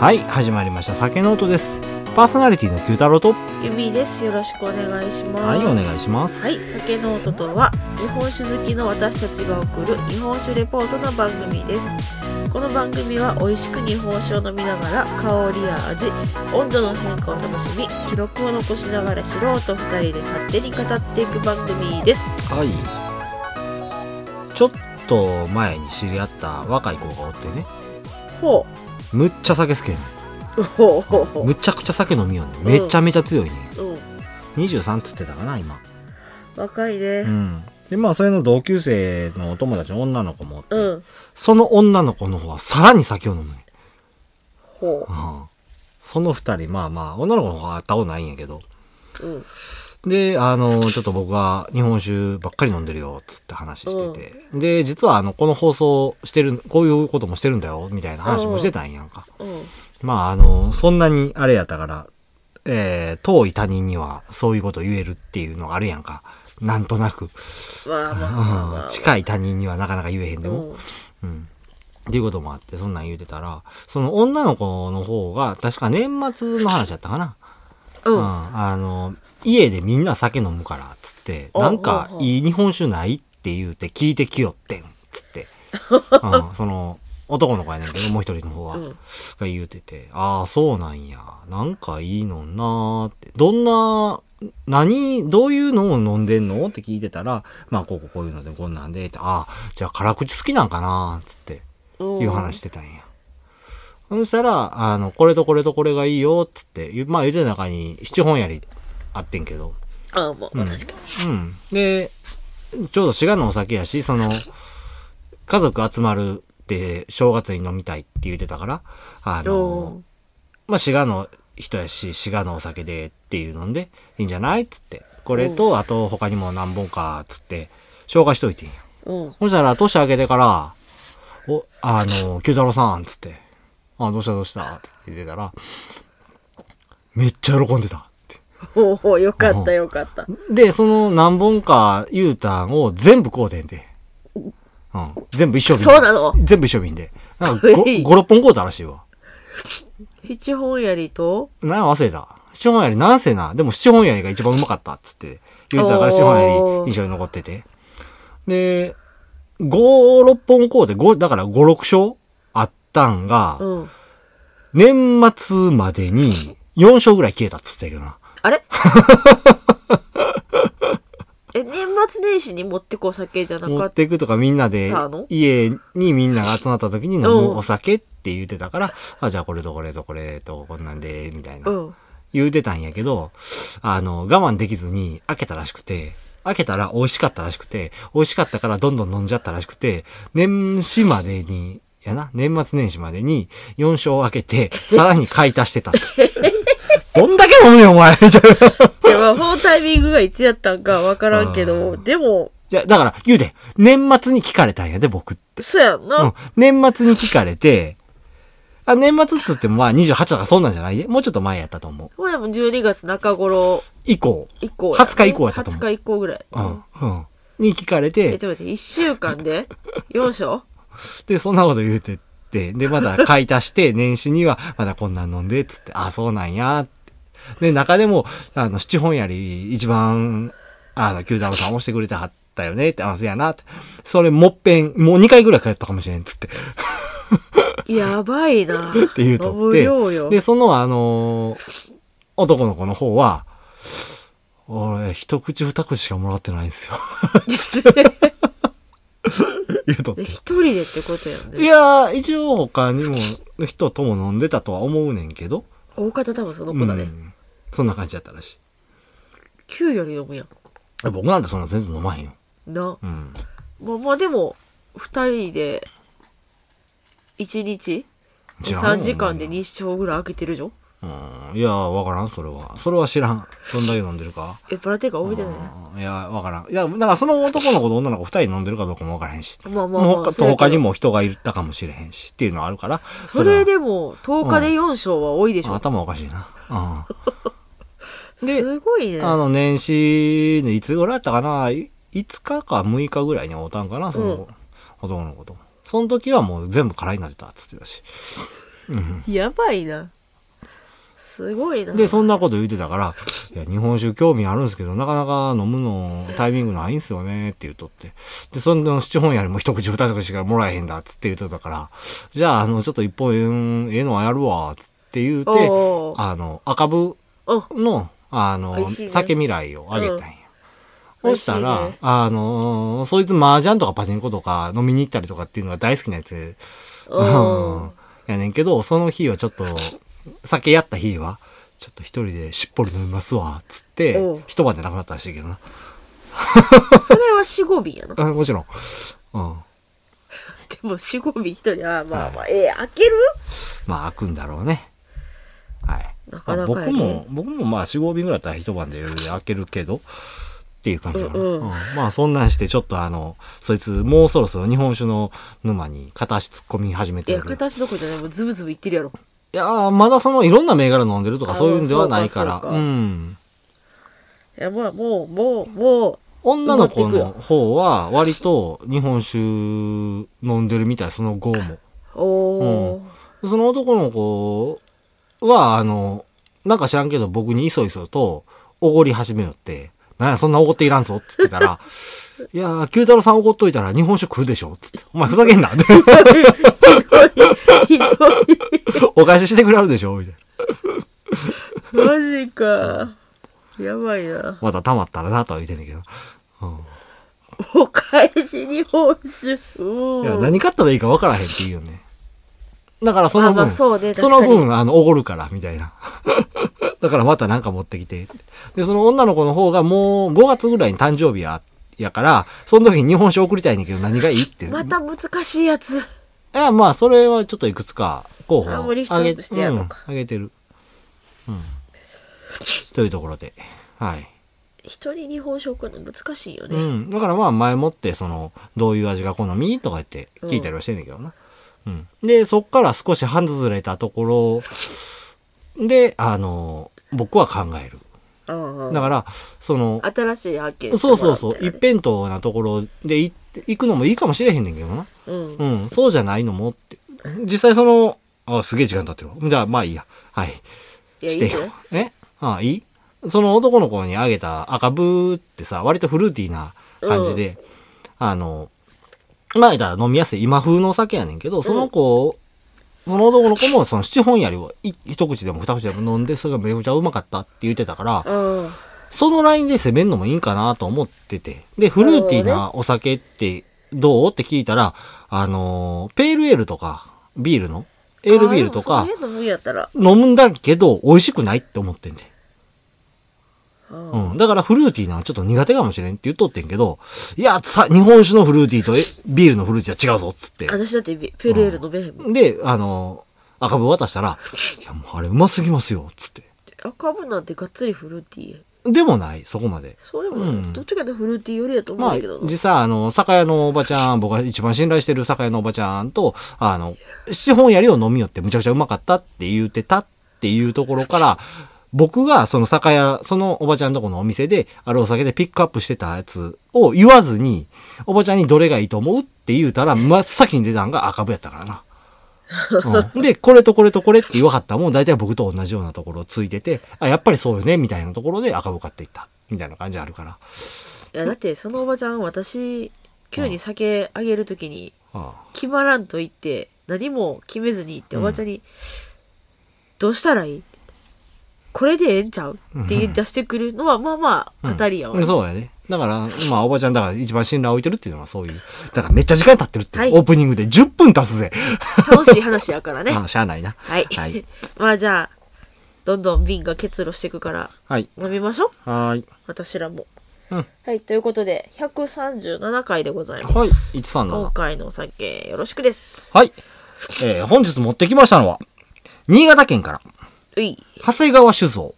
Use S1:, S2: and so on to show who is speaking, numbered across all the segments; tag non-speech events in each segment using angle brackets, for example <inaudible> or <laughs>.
S1: はい始まりました酒の音ですパーソナリティの九太郎と
S2: ゆみです。よろしくお願いします。
S1: はいお願いします
S2: はい酒の音とは日本酒好きの私たちが送る日本酒レポートの番組です。この番組は美味しく日本酒を飲みながら香りや味、温度の変化を楽しみ、記録を残しながら素人二人で勝手に語っていく番組です。
S1: はいちょっと前に知り合った若い子がおってね
S2: ほ
S1: むっちゃ酒好きやね
S2: う。ほうほうほ
S1: んむちゃくちゃ酒飲みよんねんめちゃめちゃ強いね
S2: う。うん。
S1: ん23っつってたかな今
S2: 若いうね。
S1: んでまあそれの同級生のお友達の女の子もおって、
S2: うん。
S1: その女の子の方はさらに酒を飲むねん
S2: ほ
S1: うんその二人まあまあ女の子の方が会ったことないんやけど
S2: う。うん。
S1: で、あの、ちょっと僕は日本酒ばっかり飲んでるよ、つって話してて。で、実はあの、この放送してる、こういうこともしてるんだよ、みたいな話もしてたんやんか。
S2: うん。
S1: まあ、あの、そんなにあれやったから、えー、遠い他人にはそういうこと言えるっていうのがあるやんか。なんとなく。
S2: まあまあまあま
S1: う
S2: あ
S1: ん、 <laughs> 近い他人にはなかなか言えへんでも。
S2: うん
S1: うん。っていうこともあって、そんなん言うてたら、その女の子の方が、確か年末の話やったかな。
S2: う
S1: うん
S2: ん。
S1: あの、家でみんな酒飲むから、っつって、
S2: お
S1: なんか
S2: おうおう
S1: いい日本酒ないって言うて聞いてきよってん、つ
S2: <laughs>
S1: って。うん、その、男の子やねんけど、もう一人の方は、
S2: うん
S1: が言うてて、ああ、そうなんや。なんかいいのんなーって。どんな、何、どういうのを飲んでんのって聞いてたら、まあ、こうこうこういうのでこんなんで、ってああ、じゃあ辛口好きなんかなーつって。
S2: うん。
S1: いう話してたんや。そしたら、あの、これとこれとこれがいいよ、つって、ゆまあ言うてた中に七本槍あってんけど、
S2: ああ、まあ、
S1: うん
S2: 確かに。
S1: うん。で、ちょうど滋賀のお酒やし、その、家族集まるって正月に飲みたいって言うてたから、あ
S2: お
S1: の、まあ滋賀の人やし、滋賀のお酒でっていうので、いいんじゃないつって、これと、あと他にも何本か、つって、紹介しといてんや。
S2: うん。
S1: そしたら、年明けてから、お、あの、九太郎さん、つって、あ、どうしたどうしたって言ってたら、めっちゃ喜んでた。って
S2: おお、よかったよかった。
S1: で、その何本か言うたんを全部こうでんで。うん。全部一緒瓶で。
S2: そうなの
S1: 全部一緒瓶で。なんか5、
S2: はい
S1: 5、6本こうたらしいわ。
S2: 七本槍と、
S1: なん忘れた。七本槍なんせな。でも七本槍が一番うまかったっつって。言うてたから七本槍印象に残ってて。で、5、6本こうで、5、だから5、6勝あったんが、
S2: うん。
S1: 年末までに4勝ぐらい消えたっつってたけどな。
S2: あ <laughs> れえ、年末年始に持ってこう酒じゃな
S1: 持
S2: か
S1: っ
S2: った。
S1: ていくとかみんなで
S2: たの、
S1: 家にみんなが集まった時に飲
S2: うん
S1: むお酒って言うてたから、あ、じゃあこれとこれとこれとこんなんで、みたいうな。
S2: ん。
S1: 言うてたんやけど、あの、我慢できずに開けたらしくて、開けたら美味しかったらしくて、美味しかったからどんどん飲んじゃったらしくて、年始までに、やな、年末年始までに4勝開けて、さらに買い足してたっつって。どんだけ飲むよ、お前みたいな。
S2: でも、このタイミングがいつやったんかわからんけ
S1: あ
S2: ど、
S1: ー
S2: でも、
S1: いや、だから、言うで、年末に聞かれたんやで、僕って。
S2: そうやんな。
S1: うん。年末に聞かれて、あ、年末っつってもまあ28だからそんなんじゃないで。もうちょっと前やったと思う。
S2: これも12月中頃
S1: 以降。
S2: 以降、
S1: 20日以降やったと思う
S2: 20日以降ぐらい。
S1: うん。うん。に聞かれ
S2: え、
S1: て、
S2: ちょっと待って、1週間で <laughs> 4章
S1: で、そんなこと言うてって、で、まだ買い足して、 <laughs> 年始にはまだこんなん飲んで、つって、あ、そうなんや、って。で、中でも、あの、七本槍一番、あの、九太郎さん押してくれてはったよね、って、あ、そうやな、って。それもっぺん、もう2回ぐらい通ったかもしれん、つって。
S2: やばいな。っ
S1: って言うとっ
S2: 飲む量
S1: て、
S2: よ。
S1: で、そのあのー男の子の方は、俺、一口二口しかもらってないんですよ。言うとっ
S2: <laughs> で
S1: て。
S2: 一人でってことやん
S1: い
S2: ね。
S1: やー、一応他にも人とも飲んでたとは思うねんけど、
S2: 大方多分その子だ
S1: う
S2: ね。
S1: んそんな感じだったらしい。
S2: 9より飲むやん。
S1: 僕なんてそんな全然飲まへんよ。
S2: な。
S1: うん。
S2: まあまあでも、二人で、一日
S1: 知らん
S2: 三時間で2章ぐらい開けてるじゃん
S1: うん。いやー、わからん、それは。それは知らん。どんだけ飲んでるか。
S2: え、バラテーカ覚えてない
S1: うんいや、わからん。いや、だからその男の子と女の子二人飲んでるかどうかもわからへんし。
S2: まあまあま
S1: も
S2: あ
S1: う他
S2: そうや
S1: と
S2: けど
S1: 他にも人がいたかもしれへんしっていうのはあるから。
S2: それ
S1: は
S2: でも、10日で4章は多いでしょ。
S1: 頭おかしいな。うん。で、
S2: すごいね。
S1: あの、年始のいつぐらいだったかな、い5日か6日ぐらいに会うたんかな、その、
S2: うん
S1: 男の子と。その時はもう全部空になってたっつってたし。うん
S2: やばいな。すごいな。
S1: で、そんなこと言ってたから、いや、日本酒興味あるんですけど、なかなか飲むのタイミングないんすよね、って言うとって。で、その七本やりも一口二口しかもらえへんだ、つって言うとったから、じゃあ、あの、ちょっと一本、ええのはやるわ、つって言うて、
S2: おー
S1: あの、赤部
S2: お
S1: の、あ
S2: 美
S1: の、
S2: 味しいね
S1: 酒未来をあげたんや。
S2: うん
S1: そした
S2: 美味
S1: ら、
S2: しいね
S1: あのーそいつ麻雀とかパチンコとか飲みに行ったりとかっていうのが大好きなやつで
S2: おー
S1: やねんけど、その日はちょっと、酒やった日は、ちょっと一人でしっぽり飲みますわ、つって
S2: おう、
S1: 一晩で亡くなったらしいけどな。
S2: それは死後日やな。 <laughs>
S1: あもちろん。うん。
S2: でも死後日一人、あーまあまあ、えー、開ける
S1: まあ、開くんだろうね。はい。
S2: なかなか
S1: まあ
S2: や
S1: 僕
S2: ね
S1: も、僕もまあ、4、5便ぐらいだったら一晩で開けるけど、っていう感じかな。
S2: うんうん
S1: まあ、そんなんして、ちょっとあの、そいつ、もうそろそろ日本酒の沼に片足突っ込み始め
S2: い
S1: て
S2: や、
S1: るけど。
S2: 片足どころじゃない、もうズブズブいってるやろ。
S1: いやー、まだその、いろんな銘柄飲んでるとか、
S2: あ
S1: そういうんではないか
S2: そう
S1: ら、
S2: かそう
S1: う
S2: か
S1: ん。
S2: いや、まあ、もう、もう、もう、
S1: 女の子
S2: 埋ま
S1: の
S2: って
S1: 方は、割と日本酒飲んでるみたい、その後
S2: <laughs>
S1: も。
S2: おー、
S1: その男の子は、あの、なんか知らんけど僕にいそいそとおごり始めよって、なんや、そんなおごっていらんぞって言ってたら、 <laughs> いやー、九太郎さんおごっといたら日本酒来るでしょつって、お前ふざけんなって、
S2: ひどい。
S1: <laughs> お返ししてくれはるでしょみたいな。
S2: マジか。やばいな。
S1: また溜まったらなとは言ってんだけど。
S2: お返しに報酬。う
S1: いや、
S2: ん
S1: 何買ったらいいか分からへんって言うよね。だからその
S2: あまあ
S1: 分、
S2: そうね確
S1: の
S2: かに
S1: 分、あの、おごるから、みたいな。 <laughs> だからまたなんか持ってきてって。で、その女の子の方がもう5月ぐらいに誕生日や、やから、その時に日本酒送りたいねんだけど何がいい
S2: <laughs>
S1: って。
S2: また難しいやつ。
S1: いや、まあ、それはちょっといくつか候補
S2: あ
S1: を
S2: もうリストア
S1: あげ
S2: ップしてやろうか
S1: うん、あげてる。うん。というところで。はい。
S2: 一人日本食の難しいよね。
S1: うん。だからまあ前もって、その、どういう味が好みとか言って聞いたりはしてんねんけどな。うん。で、そっから少し半ずれたところで、あの、僕は考える。
S2: うんうん
S1: だから、その、
S2: 新しい発見して
S1: そうそう
S2: も
S1: そう、
S2: らみ
S1: 一
S2: たい
S1: 辺倒なところで行って行くのもいいかもしれへんねんけどな。
S2: なねうん。
S1: うん、そうじゃないのもって。実際その、あ、すげえ時間経ってるわ。じゃあ、まあいいや。はい。
S2: いや、い
S1: し
S2: い
S1: て
S2: よ。
S1: よ。え <laughs> あいいその男の子にあげた赤ブーってさ、割とフルーティーな感じで、あの、まあ言ったら飲みやすい今風のお酒やねんけど、その子、その男の子もその七本槍をい一口でも二口でも飲んで、それがめちゃくちゃうまかったって言ってたから、
S2: うん。
S1: そのラインで攻めるのもいいんかなと思ってて。で、フルーティーなお酒ってどうって聞いたら、あのー、ペールエールとか、ビールの、エールビールと
S2: あ
S1: か
S2: でも、その辺の分やったら。
S1: 飲むんだけど、美味しくないって思ってんで。
S2: うん
S1: うん。だからフルーティーなのちょっと苦手かもしれんって言っとってんけど、いや、さ、日本酒のフルーティーとえビールのフルーティーは違うぞっつって。
S2: 私だってビペルエール飲めへんもん。
S1: で、あのー、赤部渡したら、いや、もうあれうますぎますよ、っつって。
S2: 赤部なんてがっつりフルーティーや。
S1: でもない、そこまで。
S2: そうでもない、
S1: うん
S2: どっちかってフルーティーよりだと思うん
S1: まあ
S2: だけど、な、
S1: 実際、あの、酒屋のおばちゃん、僕が一番信頼してる酒屋のおばちゃんと、あの、資本やりを飲みよってむちゃくちゃうまかったって言ってたっていうところから、僕がその酒屋、そのおばちゃんのとこのお店で、あるお酒でピックアップしてたやつを言わずに、おばちゃんにどれがいいと思うって言うたら、真っ先に出たんが赤部やったからな。うん、で、これとこれとこれって言わはったもん、大体僕と同じようなところをついてて、あ、やっぱりそうよね、みたいなところで赤部買っていった。みたいな感じあるから。
S2: いやだってそのおばちゃん私急に酒あげるときに
S1: ああ
S2: 決まらんと言って何も決めずに行っておばちゃんに「どうしたらいい?」って言ってこれでええんちゃう?」って言い出してくるのはまあまあ当たりやわ、
S1: うんそうやね。だから、まあ、おばちゃんだから一番信頼を置いてるっていうのはそういう。だからめっちゃ時間経ってるって、
S2: はい
S1: オープニングで10分経つぜ。
S2: 楽しい話や
S1: <laughs>
S2: からね
S1: あしゃあないな。
S2: はい、
S1: はい
S2: <laughs> まあじゃあどんどん瓶が結露していくから
S1: はい。
S2: 飲みましょう
S1: はーい。
S2: 私らも、
S1: うん
S2: はいということで137回でございます、
S1: はい。137
S2: 今。回のお酒よろしくです
S1: はい。えー本日持ってきましたのは、新潟県から、
S2: うい
S1: 長谷川酒造、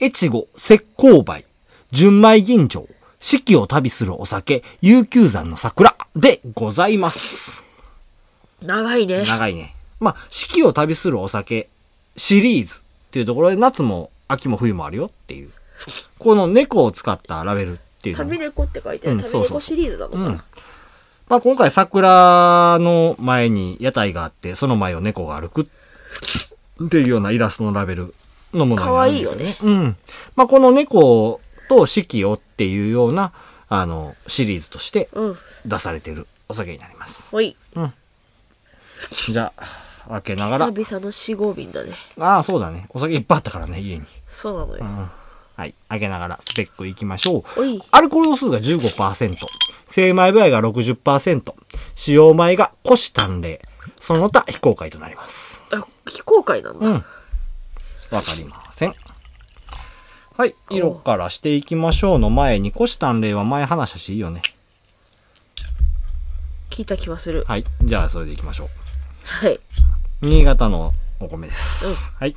S1: 越後石膏梅、純米吟醸、四季を旅するお酒、悠久山の桜でございます。
S2: 長いね
S1: 長いね。まあ、四季を旅するお酒シリーズっていうところで、夏も秋も冬もあるよっていう。この猫を使ったラベルっていうの
S2: 旅猫って書いてある、
S1: うん
S2: 旅
S1: そうそ
S2: 猫
S1: う
S2: シリーズなのかな、
S1: うんまあ、今回桜の前に屋台があって、その前を猫が歩くっっていうようなイラストのラベルのものに
S2: 可
S1: なるん
S2: 愛
S1: で
S2: い
S1: す
S2: よね。
S1: うん。まあ、この猫と四季をっていうような、あの、シリーズとして
S2: うん。
S1: 出されているお酒になります。
S2: ほい。
S1: じゃあ、開けながら。
S2: 久々の四合瓶だね。
S1: ああ、そうだね。お酒いっぱいあったからね、家に。
S2: そうなの
S1: う
S2: よ。
S1: ん。はい。開けながらスペックいきましょう。
S2: おい。
S1: アルコール度数が15%、精米部合が60%、使用米が古紙淡麗、その他非公開となります。
S2: あ、非公開なんだ。
S1: うん。わかりません。はい。色からしていきましょうの前に、古紙淡麗は前話したしいいよね。
S2: 聞いた気はする。
S1: はい。じゃあ、それでいきましょう。
S2: はい。
S1: 新潟のお米です。はい。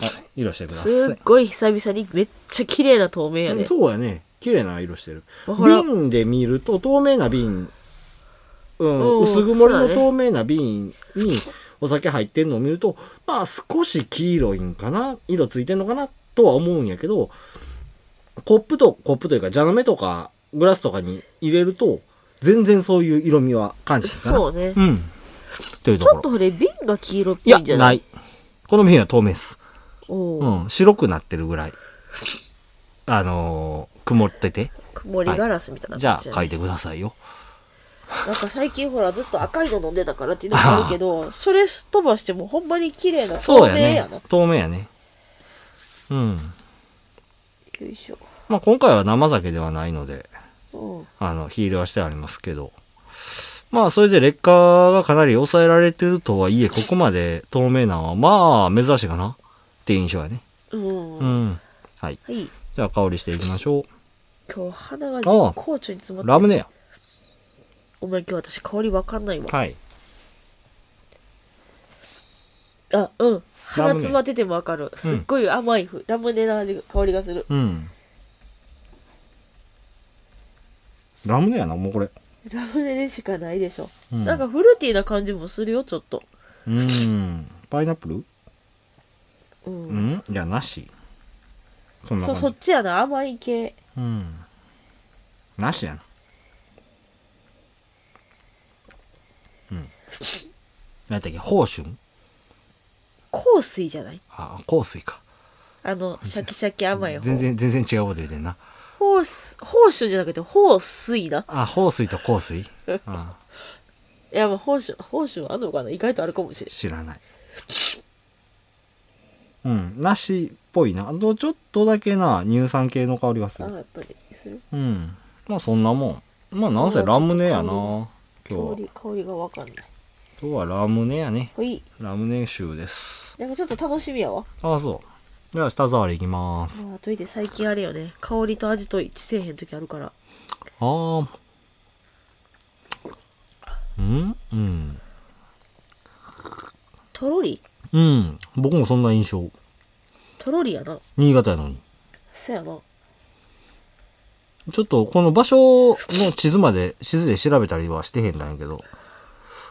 S1: はい。色してください。
S2: すっごい久々にめっちゃ綺麗な透明やね。
S1: そうやね。綺麗な色してる。
S2: わから
S1: 瓶で見ると、透明な瓶、うん、
S2: うん
S1: 薄曇り
S2: そうだ
S1: の
S2: ね
S1: 透明な瓶にお酒入ってんのを見ると、まあ少し黄色いんかな、色ついてんのかなとは思うんやけど、コップと、コップというか、蛇の目とか、グラスとかに入れると、全然そういう色味は感じるかな。
S2: そうね。
S1: う。ん。というと
S2: ち
S1: こ
S2: ょ
S1: ろ
S2: っ。とこれ瓶が黄色っ
S1: い
S2: ぽ
S1: や、
S2: いんじゃな
S1: ないい。この瓶は透明です。
S2: おー
S1: うん、白くなってるぐらい。あのー、曇ってて。
S2: 曇りガラスみたいな
S1: じゃ
S2: 感
S1: あ
S2: じ、
S1: 書いてくださいよ。
S2: なんか最近ほらずっと赤いの飲んでたからっていうのもあるけ
S1: <laughs>
S2: ど、それ飛ばしてもほんまに綺麗な透
S1: そう
S2: 明
S1: や
S2: や
S1: ね
S2: な。。
S1: 透明やね。うん。
S2: よいしょ。
S1: まあ、今回は生酒ではないので、
S2: うん。
S1: あの、火入れはしてありますけど。まあ、それで劣化がかなり抑えられてるとはいえ、ここまで透明なのは、まあ、珍しいかなって印象やね。
S2: う
S1: う
S2: ん。は
S1: ん。はい。
S2: い。
S1: じゃあ、香りしていきましょ
S2: 今日鼻が
S1: ああ
S2: 絶好調に詰ま
S1: う。
S2: って
S1: ラムネや。
S2: お前今日私香りわかんないわ。
S1: はい。
S2: あ、うん。鼻
S1: ラムネ
S2: 詰まっててもわかる。すっごい甘いふ、ラムネの味が香りがする。
S1: うん。ラムネやな、もうこれ。
S2: ラムネでしかないでしょ。
S1: うん
S2: なんかフルーティーな感じもするよ、ちょっと。 <laughs>
S1: うん。パイナップル
S2: う
S1: う
S2: ん。
S1: んいや、なし。そんな
S2: そ
S1: 感じ。
S2: そっちやな、甘い系。
S1: うん。なしやな。うん。何やったっけ宝春
S2: 香水じゃない
S1: あ、香水か。
S2: あの、シャキシャキ甘い方。
S1: 全然、全然違うこと言うてんな。
S2: ホース、ホーシュじゃなくて、ホースイな。
S1: あ、宝水と香水あ
S2: いや、まあ、ホーシュ、ホーシュはあるのかな意外とあるかもしれん。
S1: 知らない。うん。なしっぽいな。あとちょっとだけな、乳酸系の香りがす
S2: あ、
S1: る。
S2: やっぱり、する
S1: うん。まあそんなもん。まあなんせラムネやな。今日
S2: 香
S1: は。
S2: り、香りがわかんない。
S1: 今日はラムネやね。
S2: ほい。
S1: ラムネ臭です。
S2: なんかちょっと楽しみやわ。
S1: ああ、そう。じゃあ、舌触りいきまーす。
S2: まあ、といて最近あれよね。香りと味と一致せえへん時あるから。
S1: あー。うんうん。
S2: とろり
S1: うん。僕もそんな印象。
S2: とろりやな。
S1: 新潟やのに。
S2: そやな。
S1: ちょっと、この場所の地図まで、地図で調べたりはしてへんだんやけど、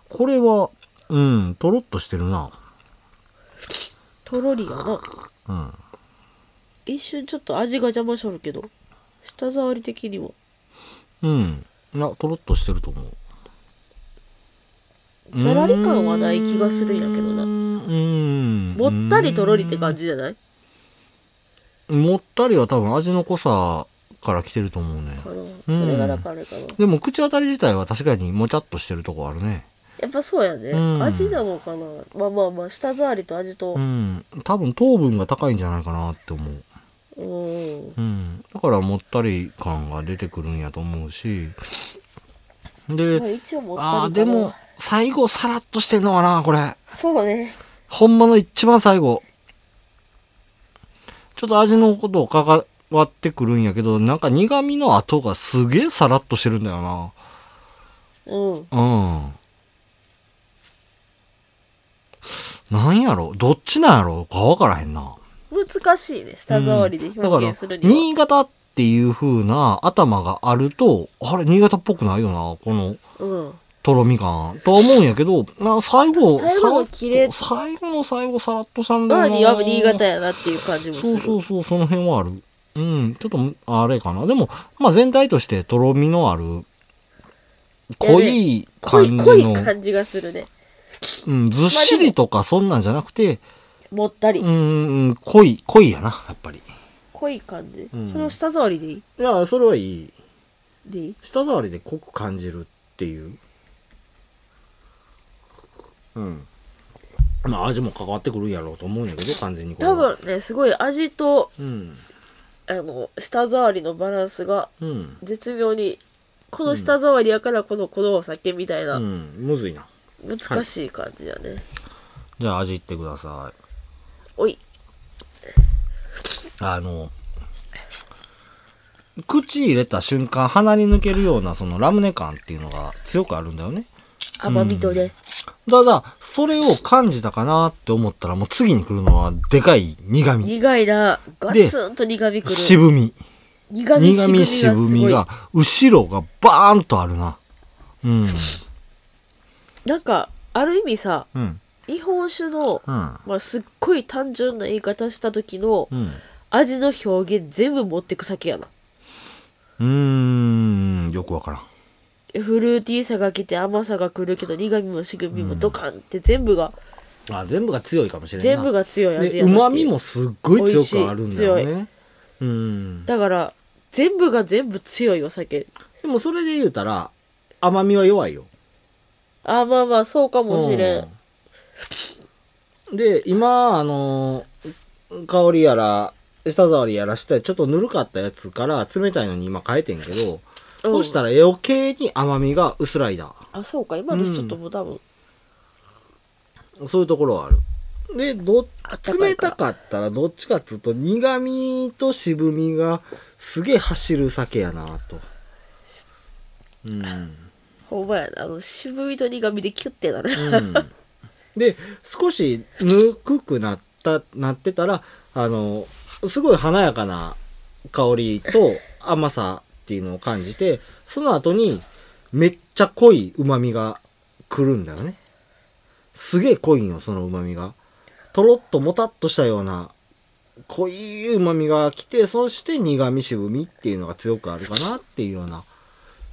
S1: これは、うん、とろっとしてるな。
S2: とろりやな。
S1: うん。
S2: 一瞬ちょっと味が邪魔しとるけど。舌触り的にも。
S1: うん。いや、とろっとしてると思う。
S2: ざらり感はない気がするんやけど
S1: う
S2: な。
S1: ん。うん
S2: もったりとろりって感じじゃない
S1: もったりは多分味の濃さから来てると思うね
S2: か。な。それがだからあれかな。
S1: でも口当たり自体は確かにもちゃっとしてるとこあるね。
S2: やっぱそうやね、
S1: うん
S2: 味なのかなまあまあまあ舌触りと味と
S1: うん。多分糖分が高いんじゃないかなって思う。
S2: うん、
S1: うん。だからもったり感が出てくるんやと思うし。で、
S2: まあ一応持ったりかな
S1: ああー、でも最後さらっとしてんのかな、これ。
S2: そうね
S1: ほんまの一番最後。ちょっと味のことを関わってくるんやけど、なんか苦味の後がすげえさらっとしてるんだよな。
S2: うん
S1: うん。なんやろどっちなんやろかわからへんな。
S2: 難しいね舌触りで
S1: だか
S2: 表
S1: ら
S2: 現する、には、
S1: 新潟っていう風な頭があると、あれ、新潟っぽくないよな、この
S2: うん
S1: とろみ感。とは思うんやけど、な最後、
S2: 最後の切れ
S1: さらっと最後の最後さらっとしたんだよ
S2: まあ
S1: な。
S2: には新潟やなっていう感じもす
S1: そ
S2: る
S1: うそうそう、その辺はある。うん、ちょっと、あれかな。でも、まあ全体としてとろみのある、濃い
S2: 濃
S1: 感じ
S2: い
S1: の。
S2: 濃い感じがするね
S1: うん、ずっしりとかそんなんじゃなくて、
S2: もったり、
S1: うん、うん濃い、濃いやな、やっぱり。
S2: 濃い感じ、
S1: うん
S2: それを舌触りでいい
S1: いや、それはいい。
S2: でいい
S1: 舌触りで濃く感じるっていう。うん。まあ味も関わってくるんやろうと思うんやけど、完全にこれ
S2: 多
S1: は。
S2: 分ねすごい味と
S1: うん。
S2: あの舌触りのバランスが
S1: うん。
S2: 絶妙にこの舌触りやからこのこのお酒みたいな、
S1: うん。むずいな。
S2: 難しい感じやね、
S1: じゃあ味いってください。
S2: おい
S1: あの、口入れた瞬間鼻に抜けるようなそのラムネ感っていうのが強くあるんだよね。
S2: 甘みとね、
S1: ただ、それを感じたかなって思ったらもう次に来るのはでかい苦味、
S2: 苦いなガツンと苦味くる
S1: 渋み、
S2: 苦味
S1: 苦味
S2: 渋みがす
S1: 渋み
S2: ごい
S1: が後ろがバーンとあるな。うん。
S2: なんかある意味さ
S1: うん。
S2: 日本酒の、
S1: うん。
S2: まあ、すっごい単純な言い方した時の
S1: うん。
S2: 味の表現全部持ってく酒やな
S1: うーん、よくわからん。
S2: フルーティーさが来て甘さが来るけど苦味も渋みもドカンって全部が、
S1: あ、全部が強いかもしれんない。
S2: 全部が強い味
S1: で、
S2: やな
S1: 旨
S2: ってい
S1: 味
S2: う
S1: もすっごい強くあるんだよね。うん。
S2: だから全部が全部強いお酒
S1: でもそれで言うたら、甘みは弱いよ。
S2: あまあまあそうかもしれん、
S1: うんで、今、あのー香りやら、舌触りやらして、ちょっとぬるかったやつから冷たいのに今変えてんけど、
S2: うん
S1: そうしたら余計に甘みが薄らいだ。
S2: あそうか今私ちょっともう多分、
S1: そういうところはある。で、ど
S2: あった、かい
S1: 冷
S2: から
S1: たかったらどっちかっつうと苦味と渋みがすげえ走る酒やなと。うん。
S2: ほんまやなあの渋みと苦味でキュッてなる、
S1: うんで少しぬくくなったなってたらあのすごい華やかな香りと甘さっていうのを感じてその後にめっちゃ濃い旨味が来るんだよねすげえ濃いんよその旨味がとろっともたっとしたような濃い旨味が来てそして苦味渋みっていうのが強くあるかなっていうような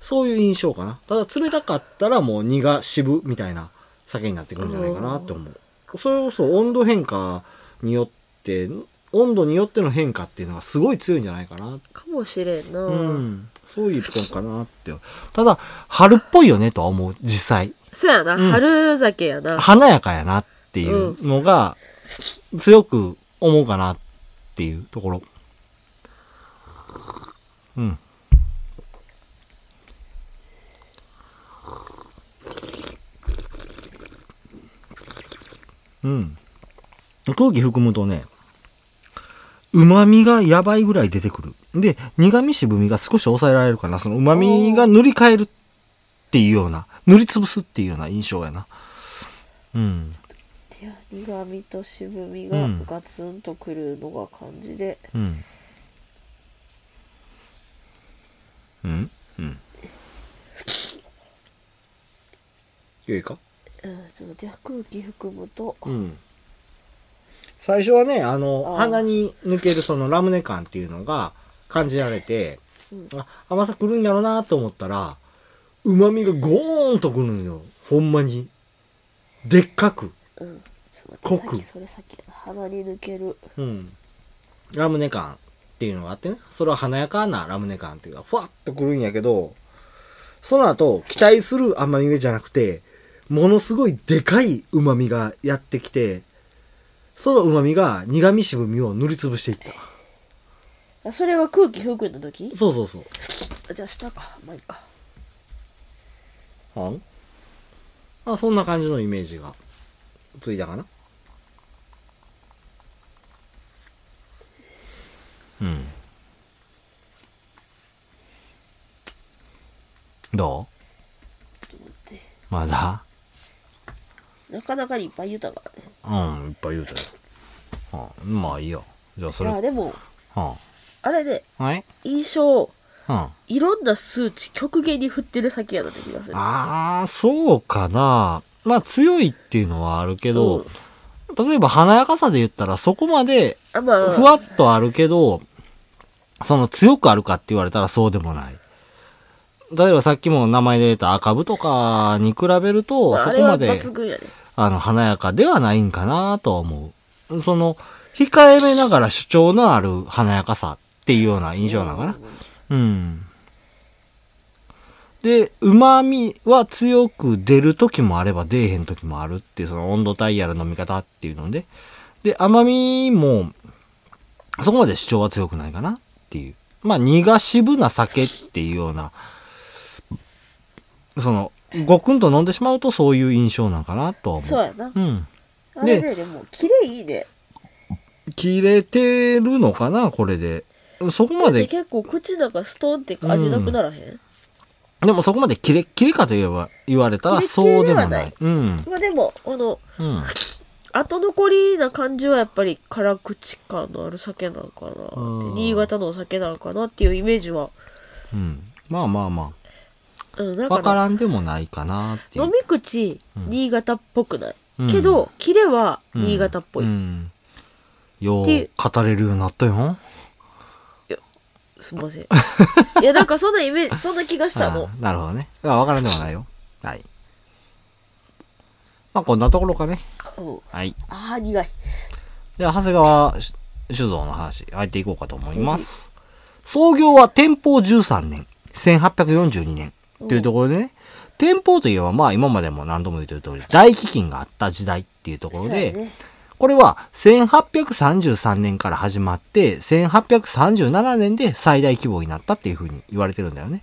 S1: そういう印象かな。ただ、冷たかったらもう苦、渋みたいな酒になってくるんじゃないかなって思う。それこそ温度変化によって、温度によっての変化っていうのがすごい強いんじゃないかな。
S2: かもしれんな、
S1: うん。そういうことかなって。ただ、春っぽいよねとは思う、実際。
S2: そうやな、
S1: うん
S2: 春酒やな
S1: 華やかやなっていうのが、強く思うかなっていうところ。うん。うん。空気含むとね、旨味がやばいぐらい出てくる。で、苦味渋みが少し抑えられるかな。その旨味が塗り替えるっていうような、塗りつぶすっていうような印象やな。うん。
S2: いや苦味と渋みが
S1: うん
S2: ガツンとくるのが感じで、
S1: うん。うんうん。良いか
S2: うんちょっと待って空気含むと、
S1: うん。最初はね、あの、
S2: あー
S1: 鼻に抜けるそのラムネ感っていうのが感じられて、
S2: うん
S1: あ甘さくるんやろなと思ったら、旨味がゴーンとくるんよ。ほんまに。でっかく。
S2: うんちょっと
S1: 濃
S2: 待っ
S1: く
S2: てさっきそれさっき鼻に抜ける
S1: うん。ラムネ感っていうのがあってね。それは華やかなラムネ感っていうか、ふわっとくるんやけど、その後、期待する甘みじゃなくて、ものすごいでかい旨味がやってきて、その旨味が苦味渋みを塗りつぶしていった。
S2: あそれは空気含んだ時
S1: そうそうそう。
S2: あじゃあ下かまあいいか
S1: はんあ、そんな感じのイメージがついたかな。うん。ど
S2: ちょっと待って
S1: うまだ
S2: なかなかにいっぱい言うたからね
S1: うん、いっぱい言うたよ。はあ、まあいいよ。じゃあそ
S2: い
S1: れ。
S2: や
S1: は
S2: でも
S1: あ、
S2: あれで
S1: はい
S2: 印象
S1: うん。あ
S2: いろんな数値極限に振ってる酒やなって気がする
S1: あー、そうかな。まあ強いっていうのはあるけ
S2: うん
S1: ど、例えば華やかさで言ったらそこまで
S2: あまあ
S1: ふわっとあるけど、その強くあるかって言われたらそうでもない。例えばさっきも名前で出た赤部とかに比べると、
S2: まあ
S1: そ
S2: あ
S1: こ
S2: れは
S1: まで
S2: 抜群やね
S1: ああの、華やかではないんかなとは思う。その、控えめながら主張のある華やかさっていうような印象なのかな。うん。で、旨味は強く出る時もあれば出えへん時もあるっていう、その温度タイヤの飲み方っていうので。で、甘みも、そこまで主張は強くないかなっていう。まあ、苦渋な酒っていうような、その、ごくんと飲んでしまうとそういう印象なんかなとは思う。
S2: そうやな
S1: うん。
S2: あれねでもキレいいね
S1: 切れてるのかなこれで。そこま
S2: で
S1: で、
S2: 結構口なんかストンって味なくならへん、
S1: でもそこまで切れ、切れかと言えば、言われたら
S2: キレ
S1: そうでも
S2: キレでは
S1: な
S2: ないい。
S1: うん。
S2: まあでもあの
S1: うん。
S2: 後残りな感じはやっぱり辛口感のある酒なのかなって
S1: うん
S2: 新潟のお酒なのかなっていうイメージは、
S1: うん。まあまあま
S2: うん、な
S1: あ。
S2: んか
S1: わ
S2: ね
S1: からんでもないかなっていう。
S2: 飲み口、
S1: うん
S2: 新潟っぽくない、
S1: うん
S2: けどキレは
S1: うん
S2: 新潟っぽい、
S1: うん。よう、
S2: っていう
S1: 語れるようになったよ。
S2: すみませんいやなんかそんなイメ
S1: <laughs>
S2: ージそんな気がした
S1: あ
S2: の
S1: あなるほどね。あわからんでもないよ。はい。まあこんなところかね。
S2: うん
S1: はい。
S2: ああ苦い
S1: じゃあ、長谷川し酒造の話、入っていこうかと思います。創業は天保13年、1842年。というところでね、天保といえば、まあ今までも何度も言ってる通り、大飢饉があった時代っていうところで、
S2: そうやね
S1: これは1833年から始まって、1837年で最大規模になったっていうふうに言われてるんだよね。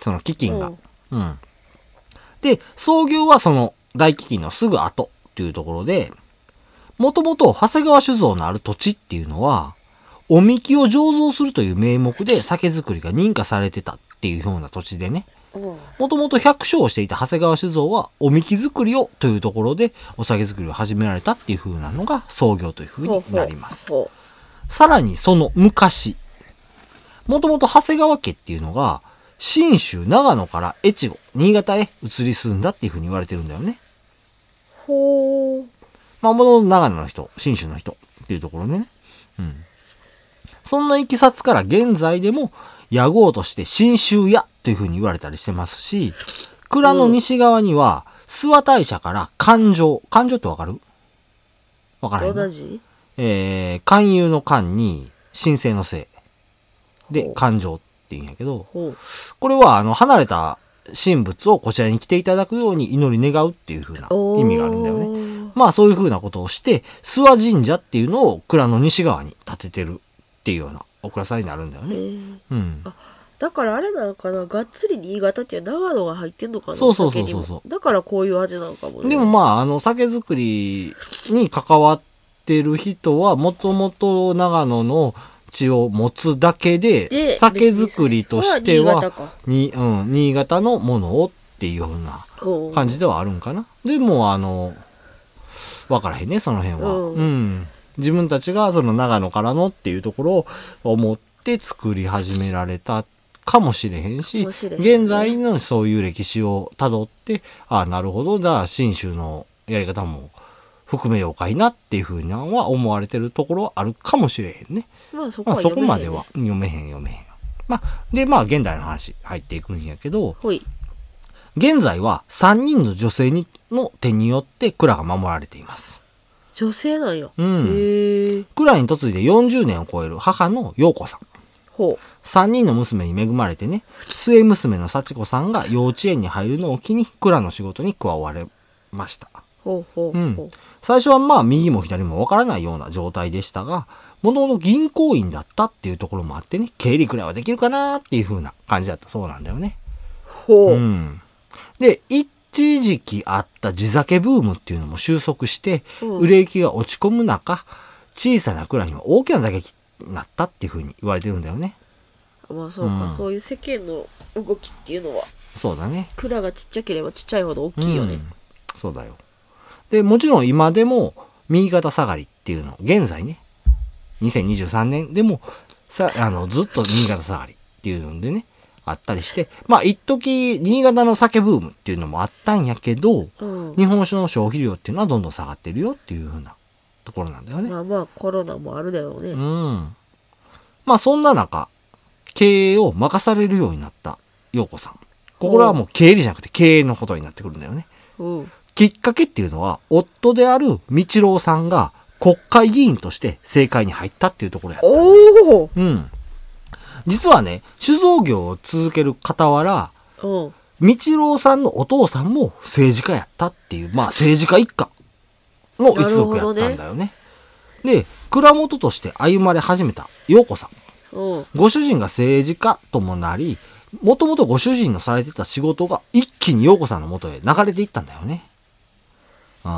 S1: その飢饉が。うん。で、創業はその大飢饉のすぐ後っていうところで、もともと長谷川酒造のある土地っていうのは、おみきを醸造するという名目で酒造りが認可されてたっていうような土地でね、
S2: うん
S1: もともと百姓をしていた長谷川酒造は、おみき作りをというところで、お酒作りを始められたっていう風なのが創業という風
S2: ほう
S1: に
S2: ほう
S1: なります。
S2: ほ
S1: さらにその昔、もともと長谷川家っていうのが、新州、長野から越後、新潟へ移り住んだっていう風に言われてるんだよね。
S2: うほう
S1: まあ、もともと長野の人、信州の人っていうところね。うん。そんな行きさつから現在でも、野号として信州屋という風に言われたりしてますし、蔵の西側には、諏訪大社から環状。環状ってわかるわからへんな
S2: 同。じ
S1: えー、勧誘の勧に、神聖の聖。で
S2: ほ、う
S1: 環状って言うんやけど、
S2: ほう
S1: これは、あの、離れた神仏をこちらに来ていただくように祈り願うっていう風な意味があるんだよね。
S2: ね
S1: まあそういう風なことをして、諏訪神社っていうのを蔵の西側に建ててるっていうようなお蔵さんになるんだよね。うん。
S2: だからあれなのかながっつり新潟っていう長野が入ってんのかな
S1: そうそうそうそう
S2: お酒にもだからこういう味なのかもね
S1: でもまあ、あの、酒造りに関わってる人は、もともと長野の血を持つだけで、
S2: で
S1: 酒造りとして
S2: 別にそれは新潟
S1: は、
S2: か
S1: に、うん、新潟のものをっていうような
S2: ほう
S1: 感じではあるんかな。でも、あの、わからへんね、その辺は。
S2: うん
S1: うん。自分たちがその長野からのっていうところを思って作り始められたかもしれへんし、
S2: かもしれへんね
S1: 現在のそういう歴史をたどって、ああ、なるほど、だ、新州のやり方も含めようかいなっていうふうなのは思われてるところはあるかもしれへんね。
S2: まあそこ
S1: まあ
S2: は
S1: そ
S2: 読
S1: こ
S2: めへん
S1: までは読めへん読めへん。まあ、で、まあ現代の話入っていくんやけど、
S2: ほい
S1: 現在は3人の女性にの手によって蔵が守られています。
S2: 女性なんや、
S1: うん
S2: へえ
S1: 蔵に嫁いで40年を超える母の陽子さん。
S2: ほう
S1: 3人の娘に恵まれてね、末娘の幸子さんが幼稚園に入るのを機に蔵の仕事に加われました。
S2: ほうほ
S1: う
S2: うほ
S1: ん。最初はまあ右も左もわからないような状態でしたが、もともと銀行員だったっていうところもあってね、経理くらいはできるかなっていう風な感じだったそうなんだよね。
S2: ほう、
S1: うん。で、一時期あった地酒ブームっていうのも収束して、
S2: うん
S1: 売れ行きが落ち込む中、小さな蔵には大きな打撃になったっていうふうに言われてるんだよね。
S2: まあそうか、
S1: うん
S2: そういう世間の動きっていうのは
S1: そうだね。
S2: 蔵がちっちゃければちっちゃいほど大きいよね、
S1: うんそうだよ。で、もちろん今でも、右肩下がりっていうの、現在ね、2023年でも、さ、あの、ずっと新潟下がりっていうのでね、あったりして、まあ、一時、新潟の酒ブームっていうのもあったんやけど、
S2: うん
S1: 日本酒の消費量っていうのはどんどん下がってるよっていうふうなところなんだよね。
S2: まあまあコロナもあるだろうね、
S1: うん。まあそんな中、経営を任されるようになった陽子さん。ここらはもう経理じゃなくて経営のことになってくるんだよね。
S2: うん
S1: きっかけっていうのは、夫である道郎さんが国会議員として政界に入ったっていうところや。
S2: お
S1: うん。実はね、酒造業を続ける傍ら、
S2: おうん。
S1: 道郎さんのお父さんも政治家やったっていう、まあ政治家一家の一族やったんだよね。で、蔵元として歩まれ始めた陽子さん。
S2: おう。
S1: ご主人が政治家ともなり、もともとご主人のされてた仕事が一気に陽子さんの元へ流れていったんだよね。うん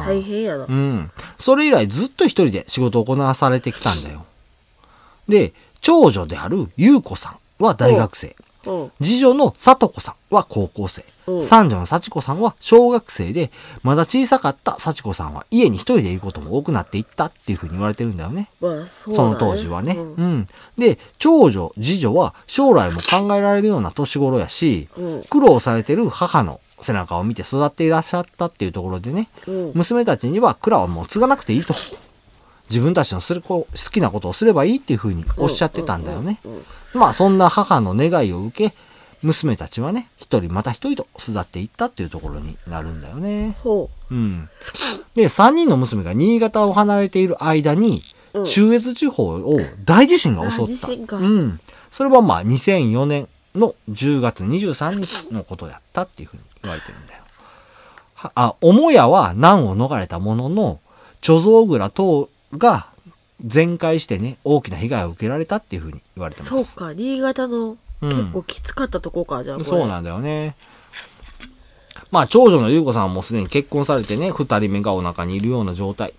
S2: 大変やな
S1: う。ん。それ以来ずっと一人で仕事を行わされてきたんだよ。で、長女である優子さんは大学生。
S2: おう。
S1: 次女の里子さんは高校生
S2: う。ん
S1: 三女の幸子さんは小学生で、まだ小さかった幸子さんは家に一人でいることも多くなっていったっていうふうに言われてるんだよね。
S2: まあ、そうだ
S1: そ
S2: ね
S1: の当時はね。
S2: う。
S1: うんん。で、長女、次女は将来も考えられるような年頃やし、
S2: うん。
S1: 苦労されてる母の背中を見て育っていらっしゃったっていうところでね、
S2: うん。
S1: 娘たちには蔵はもう継がなくていいと。自分たちのするこ好きなことをすればいいっていうふうにおっしゃってたんだよね
S2: う。ん。
S1: まあそんな母の願いを受け、娘たちはね、一人また一人と育っていったっていうところになるんだよね。
S2: ほ
S1: うん。で、三人の娘が新潟を離れている間に、
S2: う。うん。
S1: 中越地方を大地震が襲った。
S2: 大地震か
S1: うん。それはまあ2004年の10月23日のことやったっていうふうに言われてるんだよ。はあ、母屋は難を逃れたものの、貯蔵蔵等が全壊してね、大きな被害を受けられたっていうふうに言われてます。
S2: そうか、新潟の
S1: うん
S2: 結構きつかったとこか、じゃあこれ。
S1: そうなんだよね。まあ、長女の優子さんはもうすでに結婚されてね、二人目がお腹にいるような状態。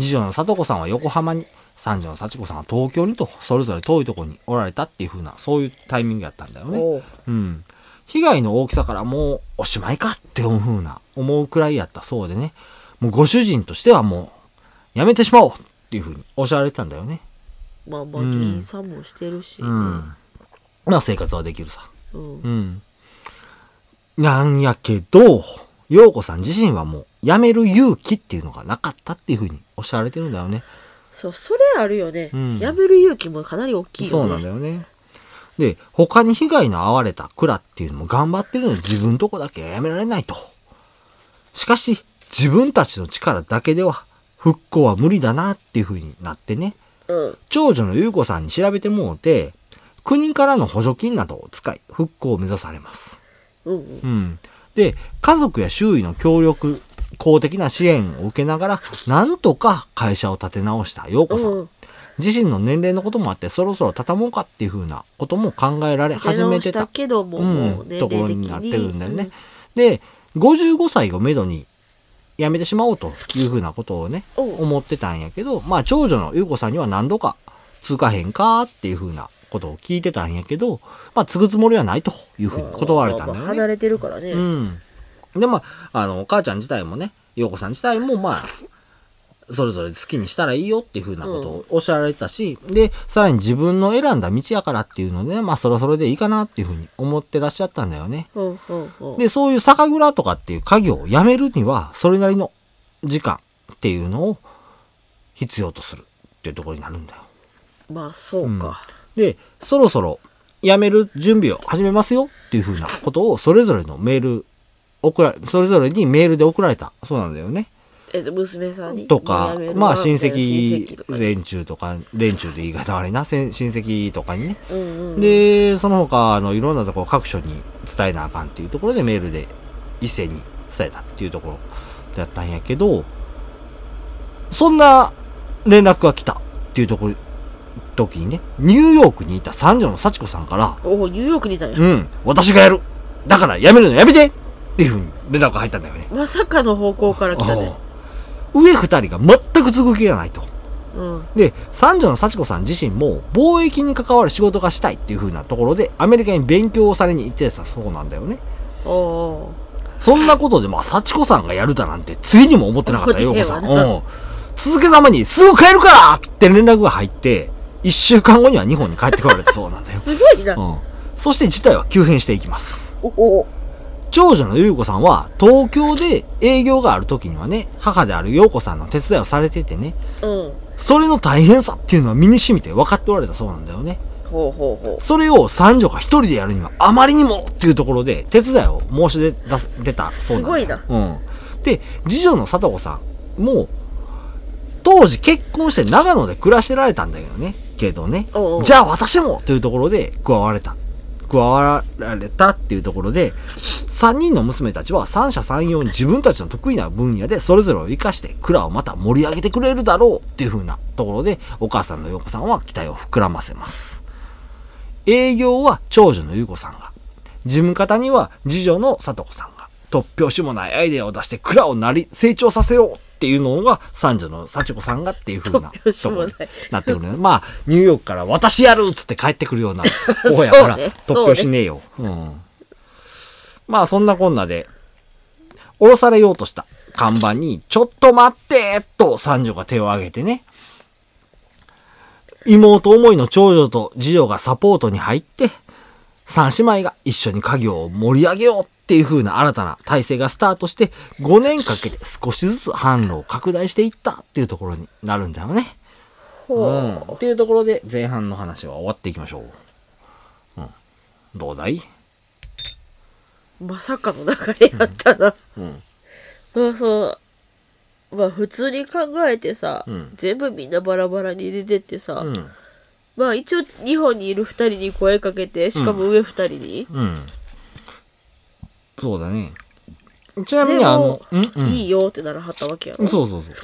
S1: 次女の里子さんは横浜に、三女の幸子さんは東京にと、それぞれ遠いところにおられたっていう風な、そういうタイミングやったんだよね。
S2: おう
S1: うん。被害の大きさからもうおしまいかって思う風な、思うくらいやったそうでね。もうご主人としてはもう、やめてしまおうっていう風におっしゃられてたんだよね。
S2: まあまあ、
S1: うん
S2: 議員さんもしてるし。
S1: うん。まあ生活はできるさ。
S2: うん。
S1: うん。なんやけど、陽子さん自身はもう、辞める勇気っていうのがなかったっていうふうにおっしゃられてるんだよね。
S2: そう、それあるよね。
S1: うん
S2: やめる勇気もかなり大きいよ
S1: そ
S2: ね。
S1: うなんだよね。で、他に被害の遭われた蔵っていうのも頑張ってるのに自分とこだけはやめられないと。しかし、自分たちの力だけでは復興は無理だなっていうふうになってね。
S2: うん。
S1: 長女の優子さんに調べてもうて、国からの補助金などを使い復興を目指されます。
S2: うんうん。
S1: うん。で、家族や周囲の協力、公的な支援を受けながら、なんとか会社を立て直した陽子さん。
S2: うん
S1: 自身の年齢のこともあって、そろそろ畳もうかっていうふうなことも考えられ始めて
S2: 出直した
S1: た、
S2: けども、もう
S1: うん、
S2: 年
S1: ところ
S2: 齢的
S1: に
S2: に。
S1: なってるんだよね。で、55歳をめどに辞めてしまおうというふうなことをね、
S2: うん。おう
S1: 思ってたんやけど、まあ長女の優子さんには何度か通過へんかっていうふうなことを聞いてたんやけど、まあ継ぐつもりはないというふうに断られたんだ
S2: まあ
S1: よ
S2: まあ
S1: ね
S2: 離。れてるからね。
S1: うん。で、まあ、あの、お母ちゃん自体もね、陽子さん自体も、まあ、それぞれ好きにしたらいいよっていうふうなことをおっしゃられたし、で、さらに自分の選んだ道やからっていうので、ね、まあ、そろそろでいいかなっていうふうに思ってらっしゃったんだよね。
S2: うんうんうん。
S1: で、そういう酒蔵とかっていう家業をやめるには、それなりの時間っていうのを必要とするっていうところになるんだよ。
S2: まあ、そうか。
S1: で、そろそろ辞める準備を始めますよっていうふうなことをそれぞれのメール、送ら、それぞれにメールで送られたそうなんだよね。
S2: えっと、娘さんに。
S1: とか
S2: もうやめ、るわ
S1: まあ親
S2: 親戚と
S1: 戚
S2: かね
S1: 連中とか、連中で言い方悪いな、せん親戚とかにね。
S2: うんうん。
S1: で、その他、あの、いろんなところ各所に伝えなあかんっていうところでメールで一斉に伝えたっていうところだったんやけど、そんな連絡が来たっていうところ、時にね、ニューヨークにいた三女の幸子さんから、
S2: おうニューヨークにいたんや。
S1: うん、私がやるだからやめるのやめてっていうふうに連絡が入ったんだよね。
S2: まさかの方向から来たね。
S1: おう上二人が全く継ぐ気がないと。
S2: うん。
S1: で、三女の幸子さん自身も貿易に関わる仕事がしたいっていう風なところでアメリカに勉強をされに行ってたそうなんだよね。
S2: おうおう
S1: そんなことでまあ幸子さんがやるだなんてついにも思ってなかったよ、
S2: 思
S1: 陽
S2: ってへ
S1: 子
S2: ん
S1: さ
S2: わ
S1: ん。
S2: な。
S1: うん。続けざまにすぐ帰るからって連絡が入って、一週間後には日本に帰ってこられたそうなんだよ
S2: <laughs> すごいな。
S1: うん。そして事態は急変していきます。
S2: おお
S1: 長女の優子さんは東京で営業がある時にはね、母である陽子さんの手伝いをされててね、
S2: うん。
S1: それの大変さっていうのは身に染みて分かっておられたそうなんだよね。
S2: ほうほうほ
S1: それを三女が一人でやるにはあまりにもっていうところで手伝いを申し出出す出たそうなんだよ
S2: すごいな。
S1: うん。で、次女の貞子さんも、当時結婚して長野で暮らしてられたんだけどね。けどね
S2: おうお。う
S1: じゃあ私もというところで加われた。加わられたっていうところで、3人の娘たちは三者三様に自分たちの得意な分野でそれぞれを生かして蔵をまた盛り上げてくれるだろうっていう風なところで、お母さんの陽子さんは期待を膨らませます。営業は長女の優子さんが、事務方には次女のさと子さんが、突拍子もないアイデアを出して蔵をなり、成長させようっていうのが三女の幸子さんがっていう風な
S2: 突拍子
S1: と
S2: も
S1: こ
S2: な
S1: ろ
S2: い
S1: になってくるね。まあ、ニューヨークから私やるっつって帰ってくるような方やから、
S2: <laughs> そうね
S1: 突拍子ねえよ。うん。まあ、そんなこんなで、降ろされようとした看板に、ちょっと待ってと三女が手を挙げてね。妹思いの長女と次女がサポートに入って、三姉妹が一緒に家業を盛り上げようっていう風な新たな体制がスタートして、5年かけて少しずつ販路を拡大していったっていうところになるんだよね。
S2: ほう、
S1: うん。っていうところで前半の話は終わっていきましょう。うん。どうだい
S2: まさかの流れやったな。
S1: うん。
S2: まあそう、まあ普通に考えてさ、
S1: うん
S2: 全部みんなバラバラに出てってさ、
S1: うん。
S2: まあ一応日本にいる2人に声かけて、しかも上2人に、
S1: うん。そうだね。ちなみにあの、
S2: でも、
S1: うん、
S2: いいよってならはったわけや
S1: う
S2: ろ。
S1: ん。そうそうそう。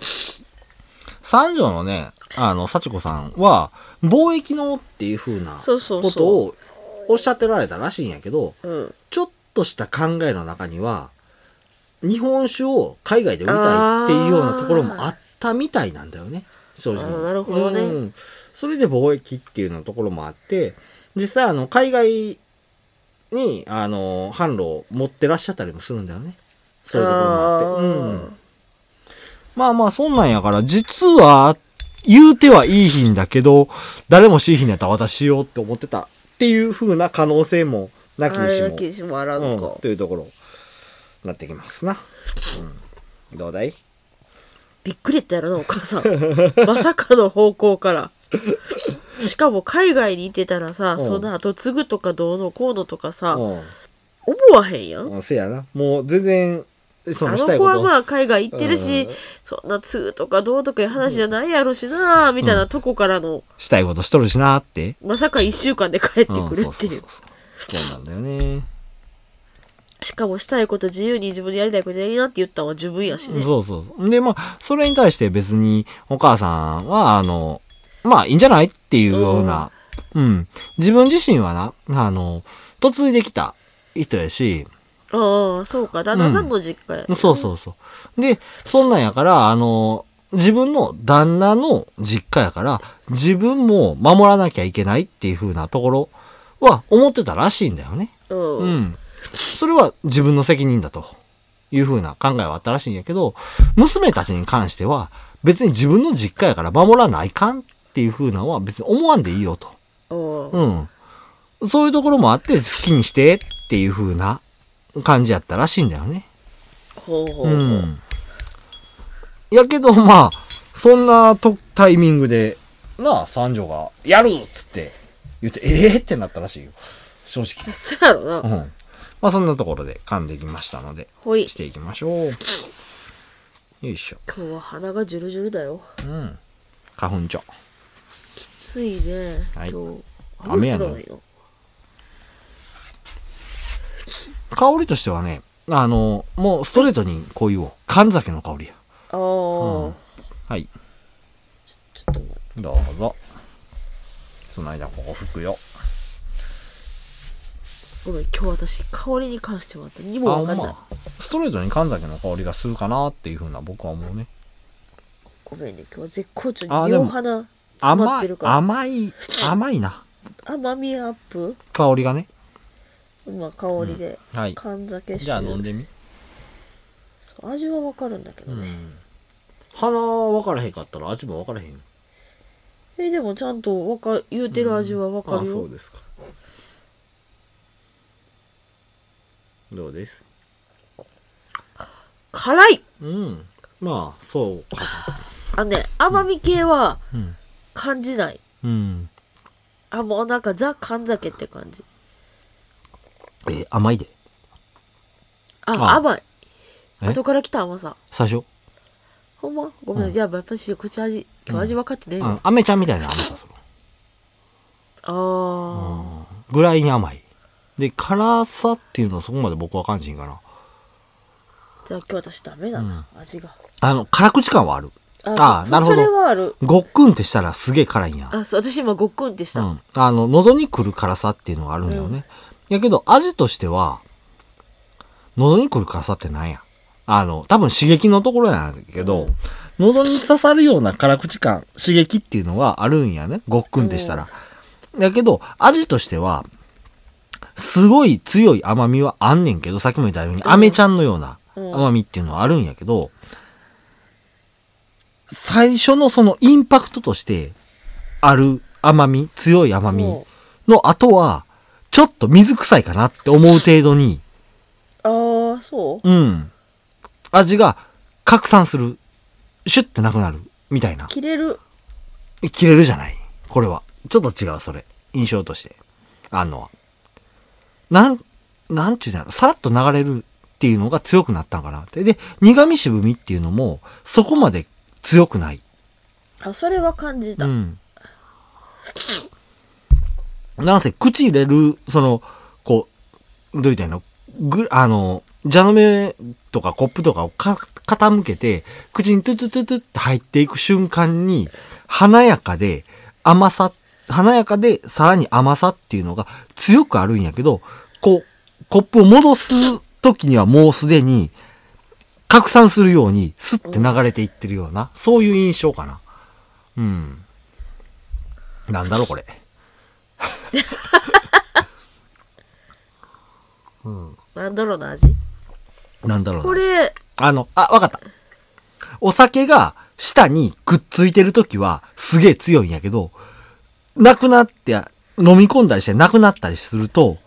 S1: 三条のね、あの、幸子さんは、貿易のっていう風な
S2: そうそうそう
S1: ことをおっしゃってられたらしいんやけど、
S2: うん。
S1: ちょっとした考えの中には、日本酒を海外で売りたいっていうようなところもあったみたいなんだよね。正直
S2: あーなるほどね
S1: んそれで貿易っていうのところもあって、実際あの、海外に、あの、販路を持ってらっしゃったりもするんだよね。そういうところもあって。うん。まあまあ、そんなんやから、実は、言うてはいい品だけど、誰もしい品やったら私よって思ってたっていう風な可能性もなき
S2: あ
S1: にし
S2: れ
S1: も。
S2: だけしもあらんの
S1: うん
S2: か、
S1: というところになってきますな、うん、どうだい
S2: びっくりやったやろなお母さん <laughs> まさかの方向からしかも海外にいてたらさ、
S1: うん
S2: その後継ぐとかどうのこうのとかさ、
S1: う
S2: 思わへんやん、
S1: んせやなもう全然そ
S2: あ
S1: の
S2: の
S1: したい
S2: 子
S1: こ
S2: は
S1: と
S2: まあ海外行ってるし、
S1: うん
S2: そんな継ぐとかどうとかいう話じゃないやろしなみたいなとこからの、
S1: したいことしとるしなーって
S2: まさか1週間で帰ってくる
S1: うん
S2: っ
S1: そ
S2: て
S1: う
S2: い
S1: そうそう
S2: う
S1: そうそうなんだよね
S2: しかもしたいこと自由に自分でやりたいことやりなって言ったのは自分やしね
S1: そうそうそう。で、まあ、それに対して別にお母さんは、あの、まあ、いいんじゃないっていうような、うん、自分自身はな、あの、嫁いできた人やし、
S2: ああそうか旦那さんの実家や、
S1: そうそうそう。で、そんなんやから、あの、自分の旦那の実家やから、自分も守らなきゃいけないっていう風なところは思ってたらしいんだよね。
S2: うん、
S1: う
S2: うん
S1: ん。それは自分の責任だという風な考えはあったらしいんやけど、娘たちに関しては、別に自分の実家やから守らないかんっていう風なのは別に思わんでいいよと。うん。そういうところもあって好きにしてっていう風な感じやったらしいんだよね。
S2: ほうほうほう、
S1: うん。やけど、まあ、そんなとタイミングで、なあ、三女が、やるっつって、言って、ええってなったらしいよ。正直。
S2: そうやろな、
S1: うん。まあ、そんなところで噛んできましたので、
S2: ほい
S1: していきましょう。よいしょ。
S2: 今日は鼻がジュルジュルだよ
S1: うん。花粉症。
S2: きついね、
S1: はい
S2: 今日
S1: 雨やね
S2: あんまり降らないの
S1: 香りとしてはね、あの、もうストレートにこういうを、神酒の香りや。
S2: ああ、
S1: はい。
S2: ちょっと待って
S1: どうぞ。その間、ここ拭くよ。
S2: ごめん今日私香りに関しては何も分かんない、
S1: あまあストレートに神崎の香りがするかなっていうふうな僕は思うね
S2: ごめんね今日は絶好調
S1: あ
S2: に
S1: でも
S2: 両鼻詰まっ
S1: 甘
S2: て
S1: い
S2: るから
S1: 甘い甘いな
S2: 甘みアップ
S1: 香りがね
S2: まあ香りで、
S1: うんはい
S2: 缶酒酒
S1: じゃあ飲んでみ
S2: そう味は分かるんだけどね、
S1: 鼻は分からへんかったら味も分からへん
S2: えでもちゃんとわか言うてる味は分かるよ、
S1: ですかどうです
S2: 辛い
S1: うんまあそうか
S2: あのね甘み系は
S1: うん、
S2: 感じない
S1: うん、
S2: あもうなんかザ缶酒って感じ
S1: えー甘いで
S2: あ
S1: あ
S2: 甘い
S1: え
S2: 後から来た甘さ
S1: 最初。
S2: ほんまごめん、
S1: うん
S2: じゃあやっぱしこっち味今日味分かってねえ
S1: う
S2: よ、
S1: ん。飴ちゃんみたいな甘さ、その。
S2: あー、
S1: ぐらいに甘い。で、辛さっていうのはそこまで僕は感じひんかな。
S2: じゃあ今日私ダメだな、味が
S1: あの、辛口感はある。
S2: あ
S1: あ
S2: あ
S1: あ、なるほ
S2: それはある
S1: ど。ごっくんってしたらすげえ辛いんや。
S2: あそう私今ごっくんってした、
S1: うん。あの、喉に来る辛さっていうのがあるんだよね。やけど、味としては、喉に来る辛さってなんやあの、多分刺激のところやけど、喉に刺さるような辛口感、刺激っていうのはあるんやね。ごっくんでしたら。だけど、味としては、すごい強い甘みはあんねんけど、さっきも言ったように、
S2: ん
S1: アメちゃんのような
S2: うん
S1: 甘みっていうのはあるんやけど、最初のそのインパクトとしてある甘み、強い甘み
S2: うん
S1: の後は、ちょっと水臭いかなって思う程度に、
S2: ああそう
S1: うん。味が拡散する。シュッてなくなる。みたいな。
S2: 切れる
S1: 切れるじゃない。これは。ちょっと違う、それ。印象として。あんのは。なん、なんちゅうんだろう。さらっと流れるっていうのが強くなったんかなって。で、苦味渋みっていうのも、そこまで強くない。
S2: あそれは感じた、
S1: うん。なんせ、口入れる、その、こう、どう言ったらいいのぐ、あの、蛇の目とかコップとかをか傾けて、口にトゥトゥトゥトゥって入っていく瞬間に、華やかで甘さ、華やかでさらに甘さっていうのが強くあるんやけど、こう、コップを戻す時にはもうすでに、拡散するように、スッて流れていってるような、そういう印象かな。うん。なんだろう、これ。
S2: なんだろうな味
S1: なんだろうな。
S2: これ
S1: あの、あ、わかった。お酒が舌にくっついてるときはすげえ強いんやけど、なくなって、飲み込んだりしてなくなったりすると、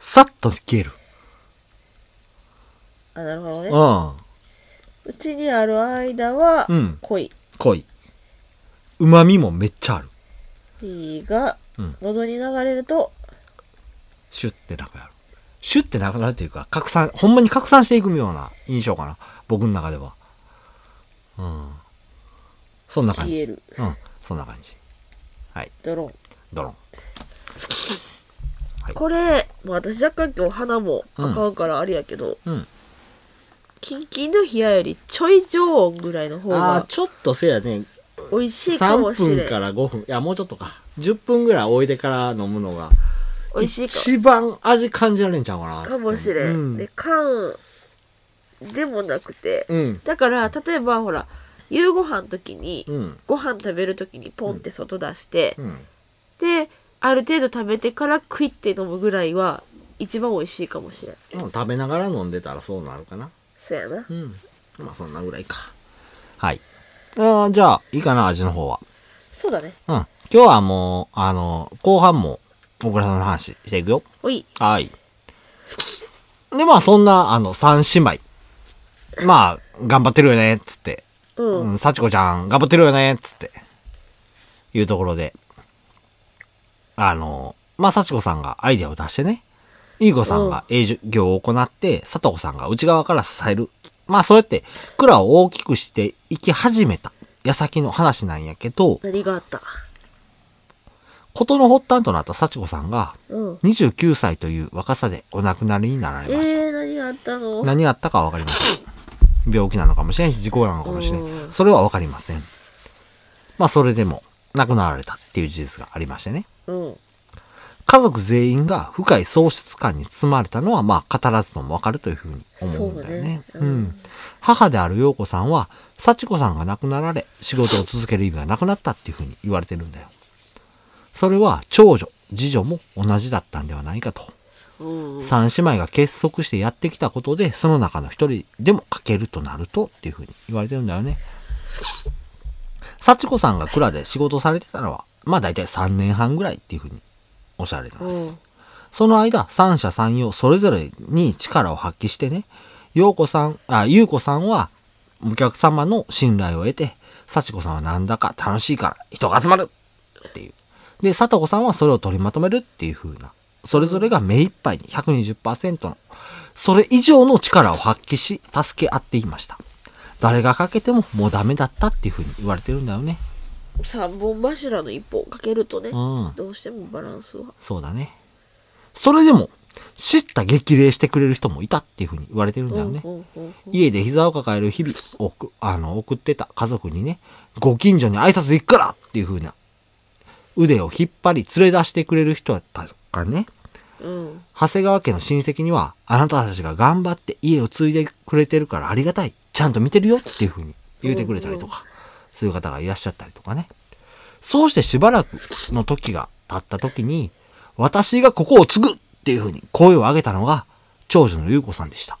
S1: さっと消える。
S2: あなるほどね
S1: うん。
S2: うちにある間は
S1: うん
S2: 濃い、
S1: 濃い。旨味もめっちゃある。
S2: ピーが
S1: うん
S2: 喉に流れると、
S1: シュッてなくなる。シュッてなくなるというか、拡散、ほんまに拡散していくような印象かな。僕の中では。うん。そんな感じ。
S2: 消える。
S1: うん。そんな感じ。はい。
S2: ドローン
S1: ドロン。はい
S2: これ、まあ、私若干今日鼻もあかんからあれやけど、
S1: うん。
S2: キンキンの冷やよりちょい常温ぐらいの方
S1: ああー
S2: が
S1: ちょっとせやね
S2: 美味しいかもし
S1: 3
S2: れ
S1: 分か
S2: ん。
S1: ら5分いやもうちょっとか10分ぐらいおいでから飲むのが
S2: 美味しいか
S1: 一番味感じられんちゃうかな
S2: かもしれん。
S1: うん、
S2: で、缶でもなくて。
S1: うん
S2: だから、例えばほら、夕ご飯の時に、
S1: うん
S2: ご飯食べる時にポンって外出して、
S1: うん
S2: で、ある程度食べてからクイって飲むぐらいは一番美味しいかもしれん。
S1: でも食べながら飲んでたらそうなるかな
S2: そやな
S1: う。んまあそんなぐらいかはいあーじゃあいいかな味の方は
S2: そうだね。
S1: うん今日はもうあの後半も小倉さんの話していくよ
S2: おい。
S1: はい。で、まあ、そんな、あの、三姉妹。まあ、頑張ってるよね、つって。
S2: うん。
S1: うん、幸子ちゃん、頑張ってるよね、つって。いうところで。あの、まあ、幸子さんがアイデアを出してね。いい子さんが営業を行って、佐藤さんが内側から支える。まあ、そうやって、蔵を大きくしていき始めた。矢先の話なんやけど、
S2: 何があった
S1: 事の発端となった幸子さんが、
S2: うん。
S1: 29歳という若さでお亡くなりになられま
S2: え
S1: した。
S2: ー、何があったの
S1: 何があったかはわかりません。病気なのかもしれんし、事故なのかもしれ
S2: うん
S1: ん。それはわかりません。まあ、それでも、亡くなられたっていう事実がありましてね。
S2: うん。
S1: 家族全員が深い喪失感に包まれたのは、まあ、語らずともわかるというふうに思うんだよね。
S2: そううだねうん
S1: ん。母である陽子さんは、幸子さんが亡くなられ、仕事を続ける意味がなくなったっていうふうに言われてるんだよ。それは、長女、次女も同じだったんではないかと。
S2: うん。
S1: 三姉妹が結束してやってきたことで、その中の一人でも欠けるとなるとっていうふうに言われてるんだよね。幸子さんが蔵で仕事されてたのは、まあ大体3年半ぐらいっていうふうにおっしゃられてます。
S2: うん。
S1: その間、三者三様それぞれに力を発揮してね、陽子さん、あ、優子さんはお客様の信頼を得て、幸子さんはなんだか楽しいから人が集まるっていう。で、佐藤子さんはそれを取りまとめるっていう風な、それぞれが目いっぱいに120%の、それ以上の力を発揮し、助け合っていました。誰がかけてももうダメだったっていうふうに言われてるんだよね。
S2: 三本柱の一本をかけるとね、
S1: うん
S2: どうしてもバランスは
S1: そうだね。それでも、叱咤激励してくれる人もいたっていうふうに言われてるんだよね。
S2: うんうんうんうん
S1: 家で膝を抱える日々をくあの送ってた家族にね、ご近所に挨拶行くからっていう風な、腕を引っ張り連れ出してくれる人だったとかね、
S2: うん
S1: 長谷川家の親戚には、あなたたちが頑張って家を継いでくれてるからありがたい、ちゃんと見てるよっていう風に言うてくれたりとか、そういう方がいらっしゃったりとかね。そうしてしばらくの時が経った時に、私がここを継ぐっていう風に声を上げたのが、長女の優子さんでした。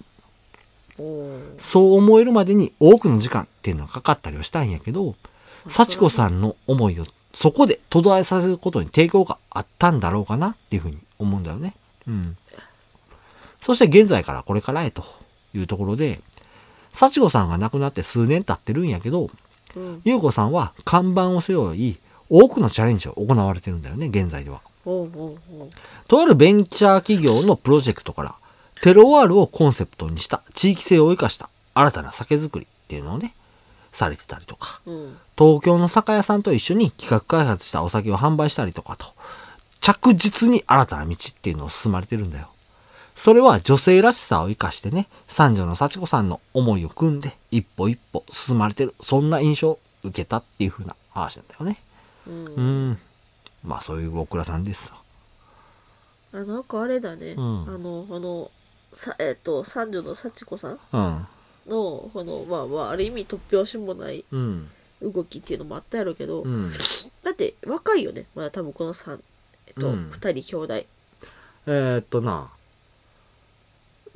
S2: おー
S1: そう思えるまでに多くの時間っていうのがかかったりはしたんやけど、幸子さんの思いをそこで途絶えさせることに抵抗があったんだろうかなっていうふうに思うんだよね。うん。そして現在からこれからへというところで、幸子さんが亡くなって数年経ってるんやけど、
S2: うん
S1: 優子さんは看板を背負い、多くのチャレンジを行われてるんだよね、現在では。
S2: おうおうおう
S1: とあるベンチャー企業のプロジェクトから、テロワールをコンセプトにした地域性を生かした新たな酒造りっていうのをね、されてたりとか、
S2: うん
S1: 東京の酒屋さんと一緒に企画開発したお酒を販売したりとかと、着実に新たな道っていうのを進まれてるんだよ。それは女性らしさを生かしてね、三女の幸子さんの思いを組んで、一歩一歩進まれてる、そんな印象を受けたっていう風な話なんだよね。
S2: うん
S1: うん。まあそういう大倉さんですわ。
S2: あなんかあれだね、
S1: うん
S2: あのあのさえっ、と三女の幸子さん
S1: うん。
S2: のこのまあまあある意味突拍子もない
S1: うん。
S2: 動きっていうのもあったやろうけど、
S1: うん。
S2: だって若いよねまだ多分この三えっ、と、
S1: う
S2: 二
S1: ん
S2: 人兄弟
S1: えーっとな、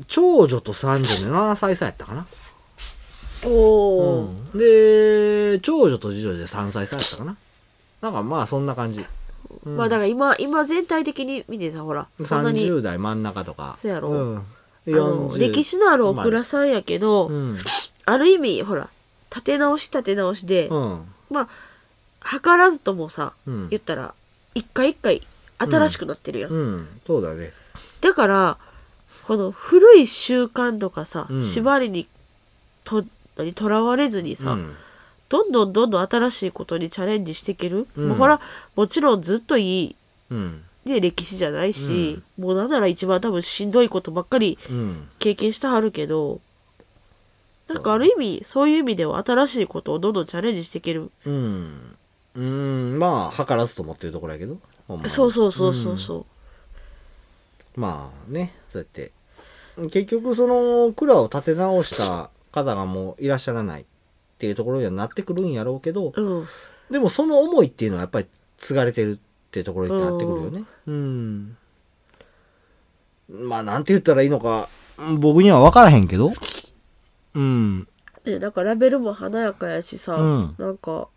S1: 長女と三女で7歳差やったかな。
S2: おお、
S1: うんで、長女と次女で3歳差やったかな。なんかまあそんな感じ。うん
S2: まあだから今今全体的に見てさほらそんなに
S1: 30代真ん中とか。
S2: そうやろ
S1: うん。
S2: あの歴
S1: 史
S2: 史のあるお倉さんやけど、
S1: うん。
S2: ある意味ほら立て直し立て直しで、
S1: うん。
S2: まあ図らずともさ
S1: うん
S2: 言ったら一回一回新しくなってるやん
S1: うん。そうだね。
S2: だからこの古い習慣とかさ、
S1: うん
S2: 縛りにと何とらわれずに
S1: う
S2: さ、
S1: ん。
S2: どんどんどんどん新しいことにチャレンジしていける、
S1: うん
S2: もうほらもちろんずっといい、
S1: うん。
S2: ね、歴史じゃないし、もうなんなら一番多分しんどいことばっかり
S1: うん。
S2: 経験してはるけどなんかある意味そういう意味では新しいことをどんどんチャレンジしていける、
S1: うん。うん。まあ、図らずと思ってるところやけど。ほんまに
S2: そうそうそうそう
S1: うん
S2: そ
S1: まあね、そうやって。結局、その、蔵を立て直した方がもういらっしゃらないっていうところにはなってくるんやろうけど
S2: う、、うん、
S1: でもその思いっていうのはやっぱり継がれてるっていうところになってくるよね。うん。まあ、なんて言ったらいいのか、僕には分からへんけど。うん。
S2: でなんかラベルも華やかやしさ、
S1: うん
S2: なんか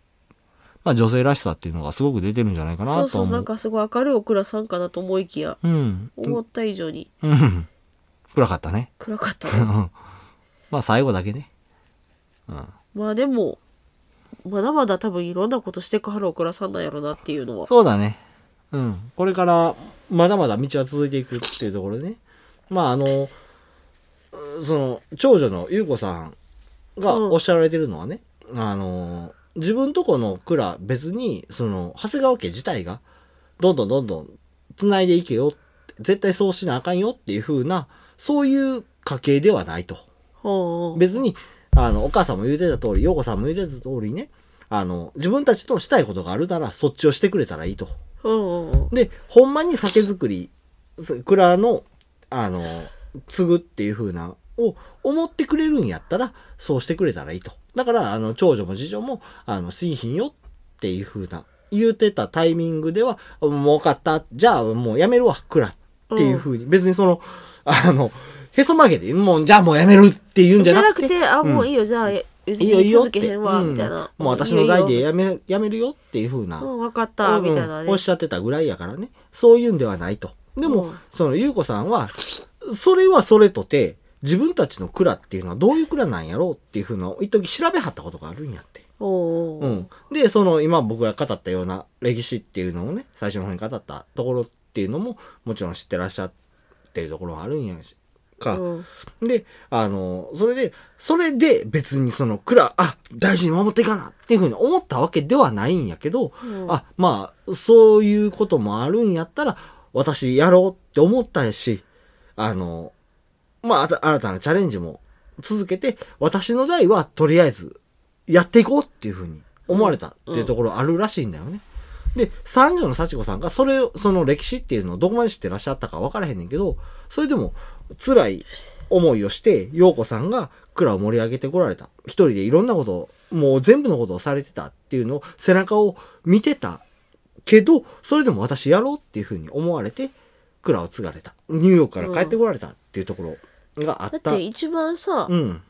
S1: まあ、女性らしさっていうのがすごく出てるんじゃないかなと
S2: そ
S1: 思う。
S2: うそうなんかすごい明るいお倉さんかなと思いきや
S1: うん。
S2: 思った以上に
S1: うん。暗かったね。
S2: 暗かった
S1: う
S2: ね
S1: んまあ、最後だけね。うん。
S2: <laughs> まあでもまだまだ多分いろんなことしてくはるお倉さんなんやろなっていうのは
S1: そうだね。うん。これから、まだまだ道は続いていくっていうところでね。まあ、あの、うんその、長女の優子さんが
S2: うん
S1: おっしゃられてるのはね、あの、自分とこの蔵別に、その、長谷川家自体が、どんどんどんどん繋いでいけよ、絶対そうしなあかんよっていう風な、そういう家系ではないと。
S2: ほう
S1: 別に、あの、お母さんも言うてた通り、陽子さんも言うてた通りね、あの、自分たちとしたいことがあるなら、そっちをしてくれたらいいと。
S2: ほう
S1: で、ほんまに酒造り、す蔵の、あの、継ぐっていう風な、を思ってくれるんやったら、そうしてくれたらいいと。だから、あの、長女も次女も、あの、新品よっていう風な、言うてたタイミングでは、もう分かった、じゃあもうやめるわ、蔵っていう風に、別にその、あの、へそ曲げで、もう、じゃあもうやめるっていうんじ
S2: じ
S1: ゃ
S2: ゃ
S1: な
S2: な
S1: く
S2: く
S1: て、
S2: てあもういいよじゃあ別に続けへんわ
S1: うん
S2: みたいな
S1: もう私の代で
S2: や
S1: やめ、やめるよっていう風な、
S2: うん分かったみたいな
S1: うん
S2: ね
S1: おっしゃってたぐらいやからね。そういうんではないと。でも、
S2: うん
S1: その、ゆうこさんは、それはそれとて、自分たちの蔵っていうのはどういう蔵なんやろうっていうふうな、一時調べはったことがあるんやって。
S2: ほう
S1: うん。で、その、今僕が語ったような歴史っていうのをね、最初の方に語ったところっっていうのももちろん知ってらっしゃってるところもあるんやしか、
S2: うん
S1: で、あの、それで、それで別にその、クラ、あ、大事に守っていかなっていうふうに思ったわけではないんやけど、
S2: うん
S1: あ、まあ、そういうこともあるんやったら、私やろうって思ったし、あの、まあ、あた新たなチャレンジも続けて、私の代はとりあえずやっていこうっていうふうに思われたっていうところあるらしいんだよね。で、三条の幸子さんがそれを、その歴史っていうのをどこまで知ってらっしゃったか分からへんねんけど、それでも辛い思いをして、陽子さんが蔵を盛り上げてこられた。一人でいろんなことを、もう全部のことをされてたっていうのを背中を見てたけど、それでも私やろうっていうふうに思われて、蔵を継がれた。ニューヨークから帰ってこられたっていうところがあ
S2: だっ
S1: った。
S2: て一番さ、
S1: うん。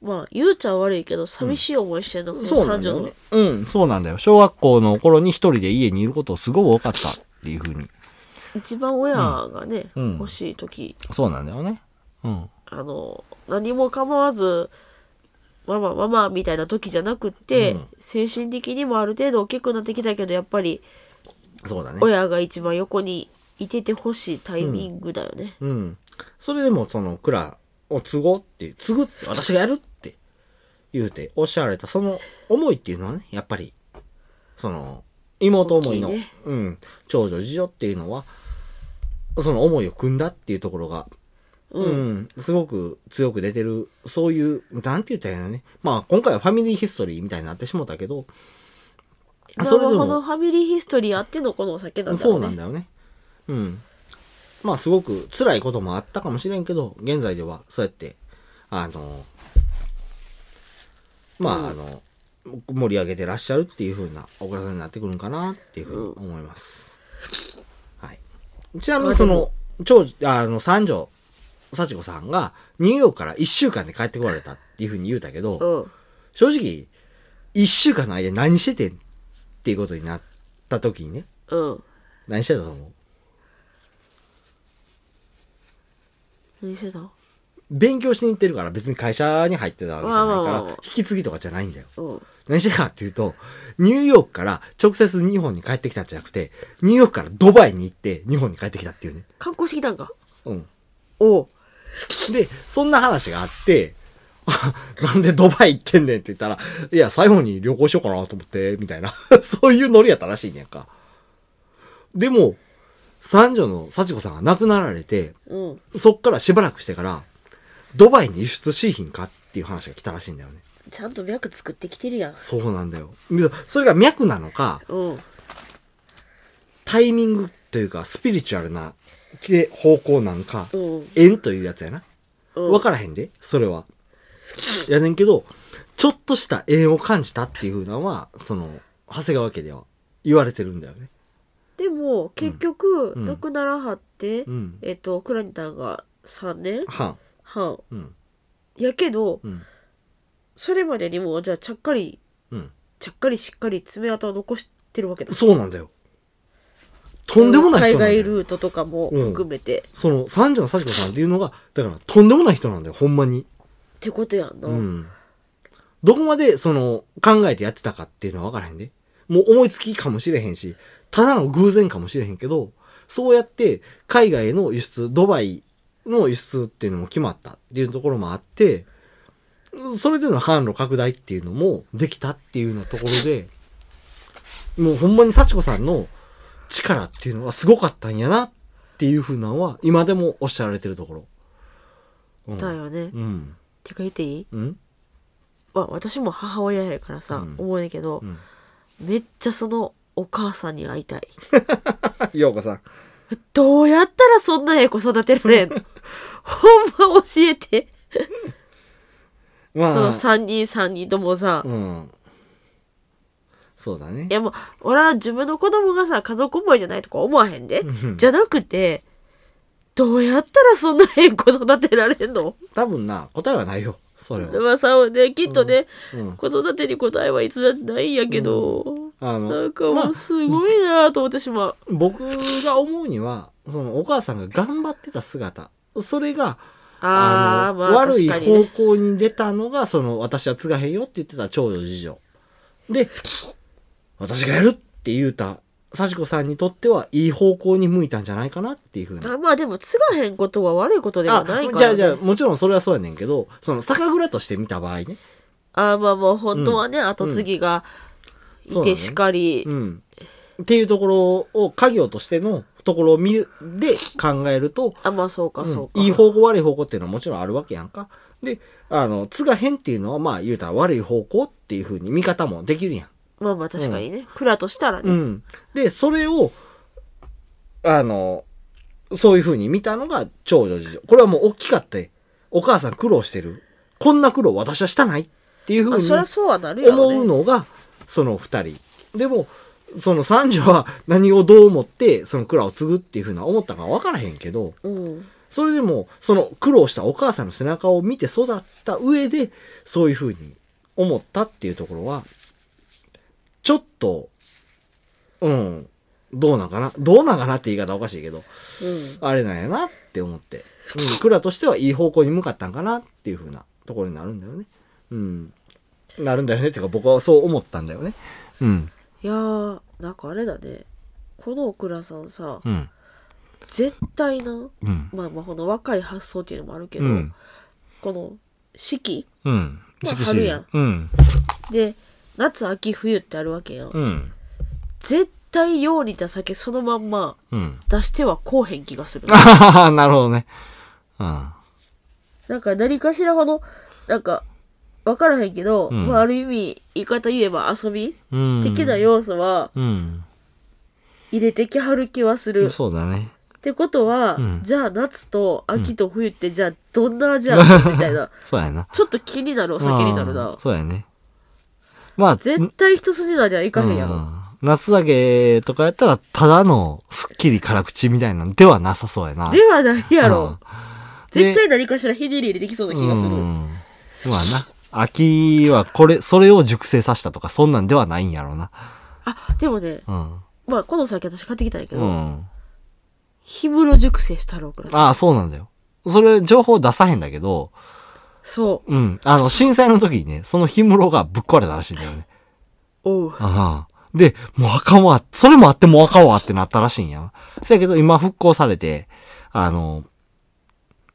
S2: まあ言うちゃ悪いけど寂しい思いしてるの、この
S1: そうなん
S2: 三
S1: だ
S2: 女
S1: よ
S2: の、
S1: ね。うん、そうなんだよ。小学校の頃に一人で家にいることすごく多かったっていうふうに。
S2: 一番親がね、
S1: うん
S2: 欲しい時
S1: そうなんだよね。うん。
S2: あの何も構わずママママみたいな時じゃなくって、
S1: うん
S2: 精神的にもある程度大きくなってきたけどやっぱり
S1: そうだね。
S2: 親が一番横にいててほしいタイミングだよね。
S1: うん。それでもその蔵を継ごうっていう、継ぐって私がやるって言うておっしゃられたその思いっていうのはね、やっぱり、その、妹思いの、
S2: 大きいね
S1: うん、長女次女っていうのは、その思いを組んだっていうところが、
S2: うん
S1: うん、すごく強く出てる、そういう、なんて言ったらいいのね。まあ今回はファミリーヒストリーみたいになってしもたけど、
S2: なる
S1: それで
S2: ほど
S1: も
S2: ファミリーヒストリーあってのこのお酒なんだ
S1: そ
S2: ろう
S1: う
S2: ね。
S1: なんだよね。うん。まあすごく辛いこともあったかもしれんけど、現在ではそうやって、あの、まあ、
S2: うん
S1: あの、盛り上げてらっしゃるっていう風なお方になってくるんかなっていうふうに思います。はい。ちなみにそ
S2: あで
S1: の、長女、あの、三女、幸子さんがニューヨークから1週間で帰ってこられたっていうふうに言うたけど、
S2: うん
S1: 正直、1週間の間何しててんっていうことになった時にね、
S2: うん。
S1: 何してたと思う
S2: 何してたう
S1: 勉強しに行ってるから別に会社に入ってたわけじゃない
S2: まあま
S1: か
S2: あま
S1: ら
S2: あ、
S1: 引き継ぎとかじゃないんだよ。
S2: ん。
S1: 何してたかっていうと、ニューヨークから直接日本に帰ってきたんじゃなくて、ニューヨークからドバイに行って日本に帰ってきたっていうね。
S2: 観光してきたんか。
S1: うん。
S2: おう。
S1: で、そんな話があって、 <laughs> あなんでドバイ行ってんねんって言ったら、いや、最後に旅行しようかなと思って、みたいな。 <laughs> そういうノリやったらしいねんか。でも、三女の幸子さんが亡くなられて、
S2: うん。
S1: そっからしばらくしてから、ドバイに輸出しいひんかっていう話が来たらしいんだよね。
S2: ちゃんと脈作ってきてるやん。
S1: そうなんだよ。それが脈なのか、
S2: うん。
S1: タイミングというか、スピリチュアルな系方向なんか、
S2: うん。
S1: 縁というやつやな。
S2: うん。
S1: わからへんで、それは。やねんけど、ちょっとした縁を感じたっていうふうなのは、その、長谷川家では言われてるんだよね。
S2: でも結局、
S1: うん
S2: 亡くならはって、
S1: うん。
S2: えっとクラニタンが3年
S1: はん。
S2: 半
S1: うん。
S2: やけど
S1: うん。
S2: それまでにもじゃあちゃっかり
S1: うん。
S2: ちゃっかりしっかり爪痕を残してるわけだ
S1: そうなんだよ。とんでもない人なん
S2: 海
S1: だ
S2: 外
S1: よ。
S2: ルートとかも含めて、っ
S1: その、三条の幸子さんっていうのが、だから、とんでもない人なんだよ、ほんまに。
S2: てことやんな、
S1: うん。どこまで、その、考えてやってたかっていうのは分からへんで。もう思いつきかもしれへんし、ただの偶然かもしれへんけど、そうやって、海外への輸出、ドバイの輸出っていうのも決まったっていうところもあって、それでの販路拡大っていうのもできたっていうのところで、もうほんまに幸子さんの力っていうのはすごかったんやなっていうふうなのは、今でもおっしゃられてるところ。うん
S2: だよね、
S1: うん。
S2: てか言っていい、
S1: うん
S2: まあ、私も母親やからさ、
S1: うん
S2: 思うねんけど、
S1: ん
S2: めっちゃそのお母さんに会いたい
S1: ようこさん。
S2: どうやったらそんなええ子育てられんの <laughs> ほんま教えてそ
S1: ま
S2: の
S1: あ、
S2: 3人3人ともさ、
S1: うん。そうだね
S2: い。やもう、俺は自分の子供がさ、家族思いじゃないとか思わへんで
S1: う。ん
S2: じゃなくて、どうやったらそんな変子育てられんの
S1: 多分な、答えはないよ。それは。
S2: まあさ、ね、きっとね、
S1: うん。
S2: 子育てに答えはいつだってないんやけど、
S1: あ
S2: な
S1: の
S2: ん、かもうすごいなと思ってしまう。
S1: 僕が思うには、そのお母さんが頑張ってた姿。それが、
S2: あー、
S1: の
S2: まあ
S1: 悪
S2: 確
S1: い
S2: かに、
S1: 方
S2: ね。
S1: 向に出たのが、その、私は継がへんよって言ってた長女次女。で、私がやるって言うた、幸子さんにとってはいい方向に向いたんじゃないかなっていうふうな。
S2: あまあでも継がへんことは悪いことでは
S1: あ
S2: ないから、ね、
S1: じゃあじゃあ、もちろんそれはそうやねんけど、その酒蔵として見た場合ね。
S2: あーまあもう本当はね、後継ぎがい
S1: そうだ
S2: て
S1: ね
S2: しかり、
S1: うん。っていうところを、家業としてのところを見る、で考えると、
S2: あまあそうかそうか、
S1: いい方向悪い方向っていうのはもちろんあるわけやんか。で、あの、継がへんっていうのは、まあ言うたら悪い方向っていうふうに見方もできるやん。
S2: まあまあ確かにね、蔵としたらね、
S1: うん。で、それを、あの、そういう風に見たのが長女次女。これはもう大きかって、お母さん苦労してる。こんな苦労私はしたないっていう
S2: ま
S1: 風
S2: あ
S1: に
S2: そりゃそうはなるよね
S1: 思うのが、その二人。でも、その三女は何をどう思って、その蔵を継ぐっていう風な思ったかは分からへんけど、
S2: うん
S1: それでも、その苦労したお母さんの背中を見て育った上で、そういう風に思ったっていうところは、ちょっと、うん、どうなんかな。どうなんかなって言い方おかしいけど、
S2: うん
S1: あれなんやなって思って。うん、クラとしてはいい方向に向かったんかなっていう風なところになるんだよね。うん。なるんだよねっていうか僕はそう思ったんだよね。うん。
S2: いやーなんかあれだねこのお蔵さんさ
S1: うん。
S2: 絶対な
S1: うん。
S2: まあまあこの若い発想っていうのもあるけど、
S1: うん。
S2: この四季
S1: うん。
S2: まあ春やん
S1: うん。
S2: で夏秋冬ってあるわけやん、
S1: うん。
S2: 絶対用にた酒そのまんま
S1: うん。 <laughs>
S2: 出してはこうへん気がする
S1: あははなるほどね。うん。
S2: なんか何かしらほどなんか分からへんけど、
S1: うん
S2: まあ、ある意味言い方言えば遊び的
S1: 的
S2: な。要素は
S1: うん。
S2: 入れてきはる気はする、っ
S1: そうだね。
S2: てことは、
S1: うん
S2: じゃあ夏と秋と冬ってじゃあどんな味あるのみたい
S1: <laughs>
S2: な
S1: そうやな。
S2: ちょっと気になるお酒になる
S1: うん
S2: な
S1: そうやね。まあ、
S2: 絶対一筋縄ではいかへんやろ、
S1: うん夏酒とかやったら、ただのすっきり辛口みたいなんではなさそうやな。
S2: ではないやろ、
S1: うん
S2: 絶対何かしらひねり入れてきそうな気がする、
S1: うんまあな。秋はこれ、それを熟成させたとか、そんなんではないんやろうな。
S2: あでもね
S1: うん。
S2: まあこの酒私買ってきたんやけ
S1: う
S2: ど、
S1: ん。
S2: 氷室熟成したろうからさ
S1: ああ、そうなんだよ。それ、情報出さへんだけど、
S2: そ
S1: うん。あの、震災の時にね、その氷室がぶっ壊れたらしいんだよね。
S2: うおう
S1: ああ。で、もうあかんわ。それもあってもうあかんわってなったらしいんや。せやけど今復興されて、あの、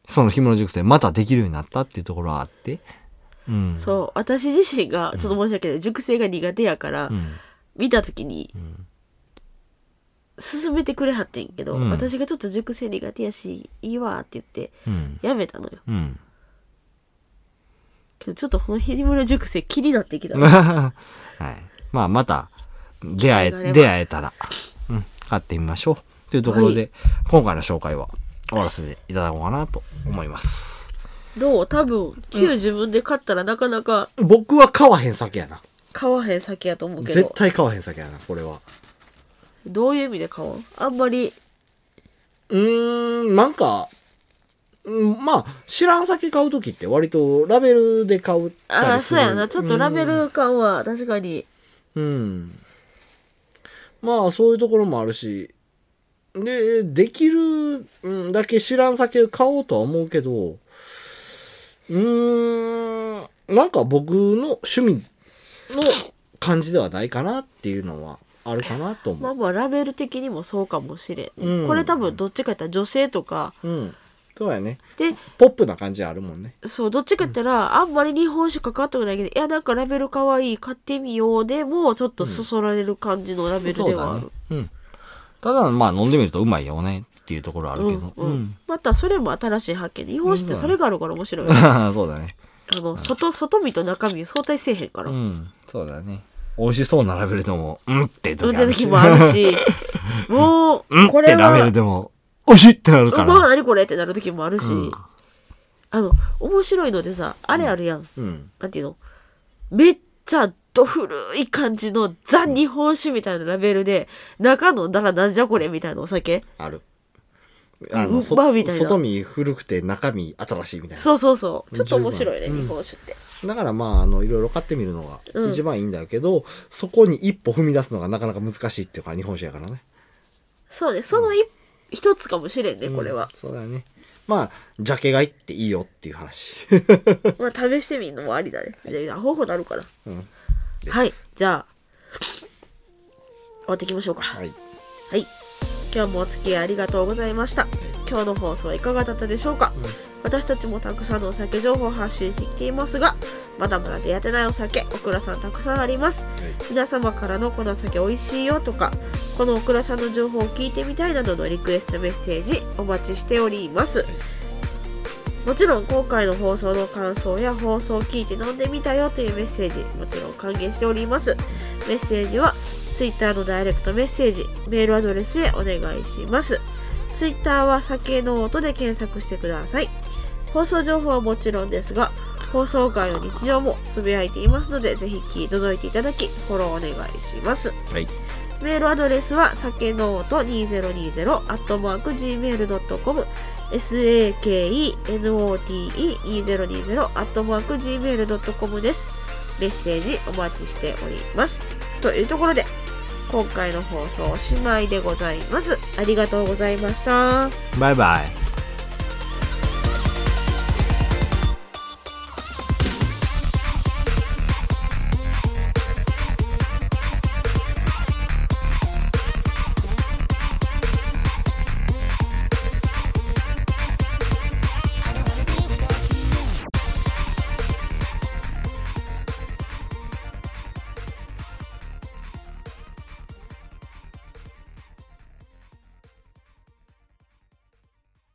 S1: その紐の熟成またできるようになったっていうところはあって。うん。
S2: そう私自身がちょっと申し訳ない、熟成が苦手やから、
S1: うん。
S2: 見た時に、勧めてくれはってんけど、
S1: うん
S2: 私がちょっと熟成苦手やしいいわって言って
S1: うん。
S2: やめたのよ
S1: うん。
S2: けどちょっとこの日村熟成気になってき
S1: <laughs>
S2: た
S1: はい。まあまた、出会
S2: 機会があれ
S1: え、
S2: ば
S1: 出会えたら、うん、買ってみましょう。というところで、
S2: は
S1: 今回の紹介は終わらせていただこうかなと思います。
S2: どう多分旧自分で買ったらなかなか
S1: 僕は買わへん酒やな。
S2: 買わへん酒やと思うけ
S1: 絶
S2: ど
S1: 対買わへん酒やな、これは。
S2: どういう意味で買おうあんまり
S1: うーん、なんか、うんまあ、知らん酒買うときって割とラベルで買うったり
S2: ああ
S1: す
S2: そう
S1: る
S2: やなちょっとラベル感は確かに
S1: うん。うんまあ、そういうところもあるし、で、できるうんだけ知らん酒買おうとは思うけど、うーん、なんか僕の趣味の感じではないかなっていうのはあるかなと
S2: ま
S1: 思
S2: あまあラベル的にもそうかもしれん、
S1: うん
S2: これ多分どっちかやったら女性とか
S1: う。うん。そうやね。
S2: で
S1: ポップな感じあるもんね。
S2: そうどっちかやったらあんまり日本酒かかってもないけどいやなんかラベルかわいい買ってみようでもちょっとそそられる感じのラベルではある、
S1: そうだねうん。ただ、まあ飲んでみるとうまいよねっていうところある
S2: う
S1: け
S2: ん
S1: ど。
S2: うんまたそれも新しい発見で日本酒ってそれがあるから面白いよね、
S1: うん。 <laughs> そうだね。
S2: あの外外身と中身相対せえへんから、
S1: う
S2: うん、
S1: ん。そうだね。美味しそうなラベルでも、うんって
S2: 飲ん
S1: 時あ
S2: だ
S1: る
S2: 時
S1: し。
S2: もあるしも
S1: うん
S2: う
S1: っ
S2: こ
S1: て
S2: れ
S1: ラベ
S2: は
S1: ルでも、美味しいってなる
S2: う
S1: か
S2: んまあ
S1: ら。
S2: 何これってなる時もあるし、
S1: うん
S2: あの面白いのでさあれあるやん、
S1: うん。
S2: なんていうのめっちゃド古い感じのザ日本酒みたいなラベルで中のだらなんじゃこれみたいなお酒
S1: ある。あ
S2: う
S1: の、
S2: ん
S1: そ
S2: バーみたいな
S1: 外見古くて中身新しいみたいな。
S2: そうそうそうちょっと面白いね
S1: 十分
S2: 日本酒って、
S1: だからまあ、あの、いろいろ買ってみるの
S2: う
S1: が
S2: ん
S1: 一番いいんだけど、そこに一歩踏み出すのがなかなか難しいっていうか、日本酒やからね。
S2: そうねその一一つかもしれんねこれは
S1: うん、そうだね。まあ、ジャケ買いっていいよっていう話。
S2: まあ試してみるのもありだねいや方法なるから、
S1: うん
S2: はいじゃあ終わっていきましょうか
S1: はい。
S2: はい今日もお付き合いありがとうございました今日の放送はいかがだったでしょうか、
S1: うん
S2: 私たちもたくさんのお酒情報を発信してきていますがまだまだ出会ってないお酒オクラさんたくさんあります皆様からのこのお酒美味しいよとかこのオクラさんの情報を聞いてみたいなどのリクエストメッセージお待ちしておりますもちろん今回の放送の感想や放送を聞いて飲んでみたよというメッセージもちろん歓迎しておりますメッセージは Twitter のダイレクトメッセージメールアドレスへお願いします Twitter は酒の音で検索してください放送情報はもちろんですが放送回の日常もつぶやいていますのでぜひ聞い覗いていただきフォローお願いします
S3: はい
S2: メールアドレスは酒の音2020 gmail.com sakenote2020 gmail.com ですメッセージお待ちしておりますというところで今回の放送おしまいでございますありがとうございました
S1: バイバイ。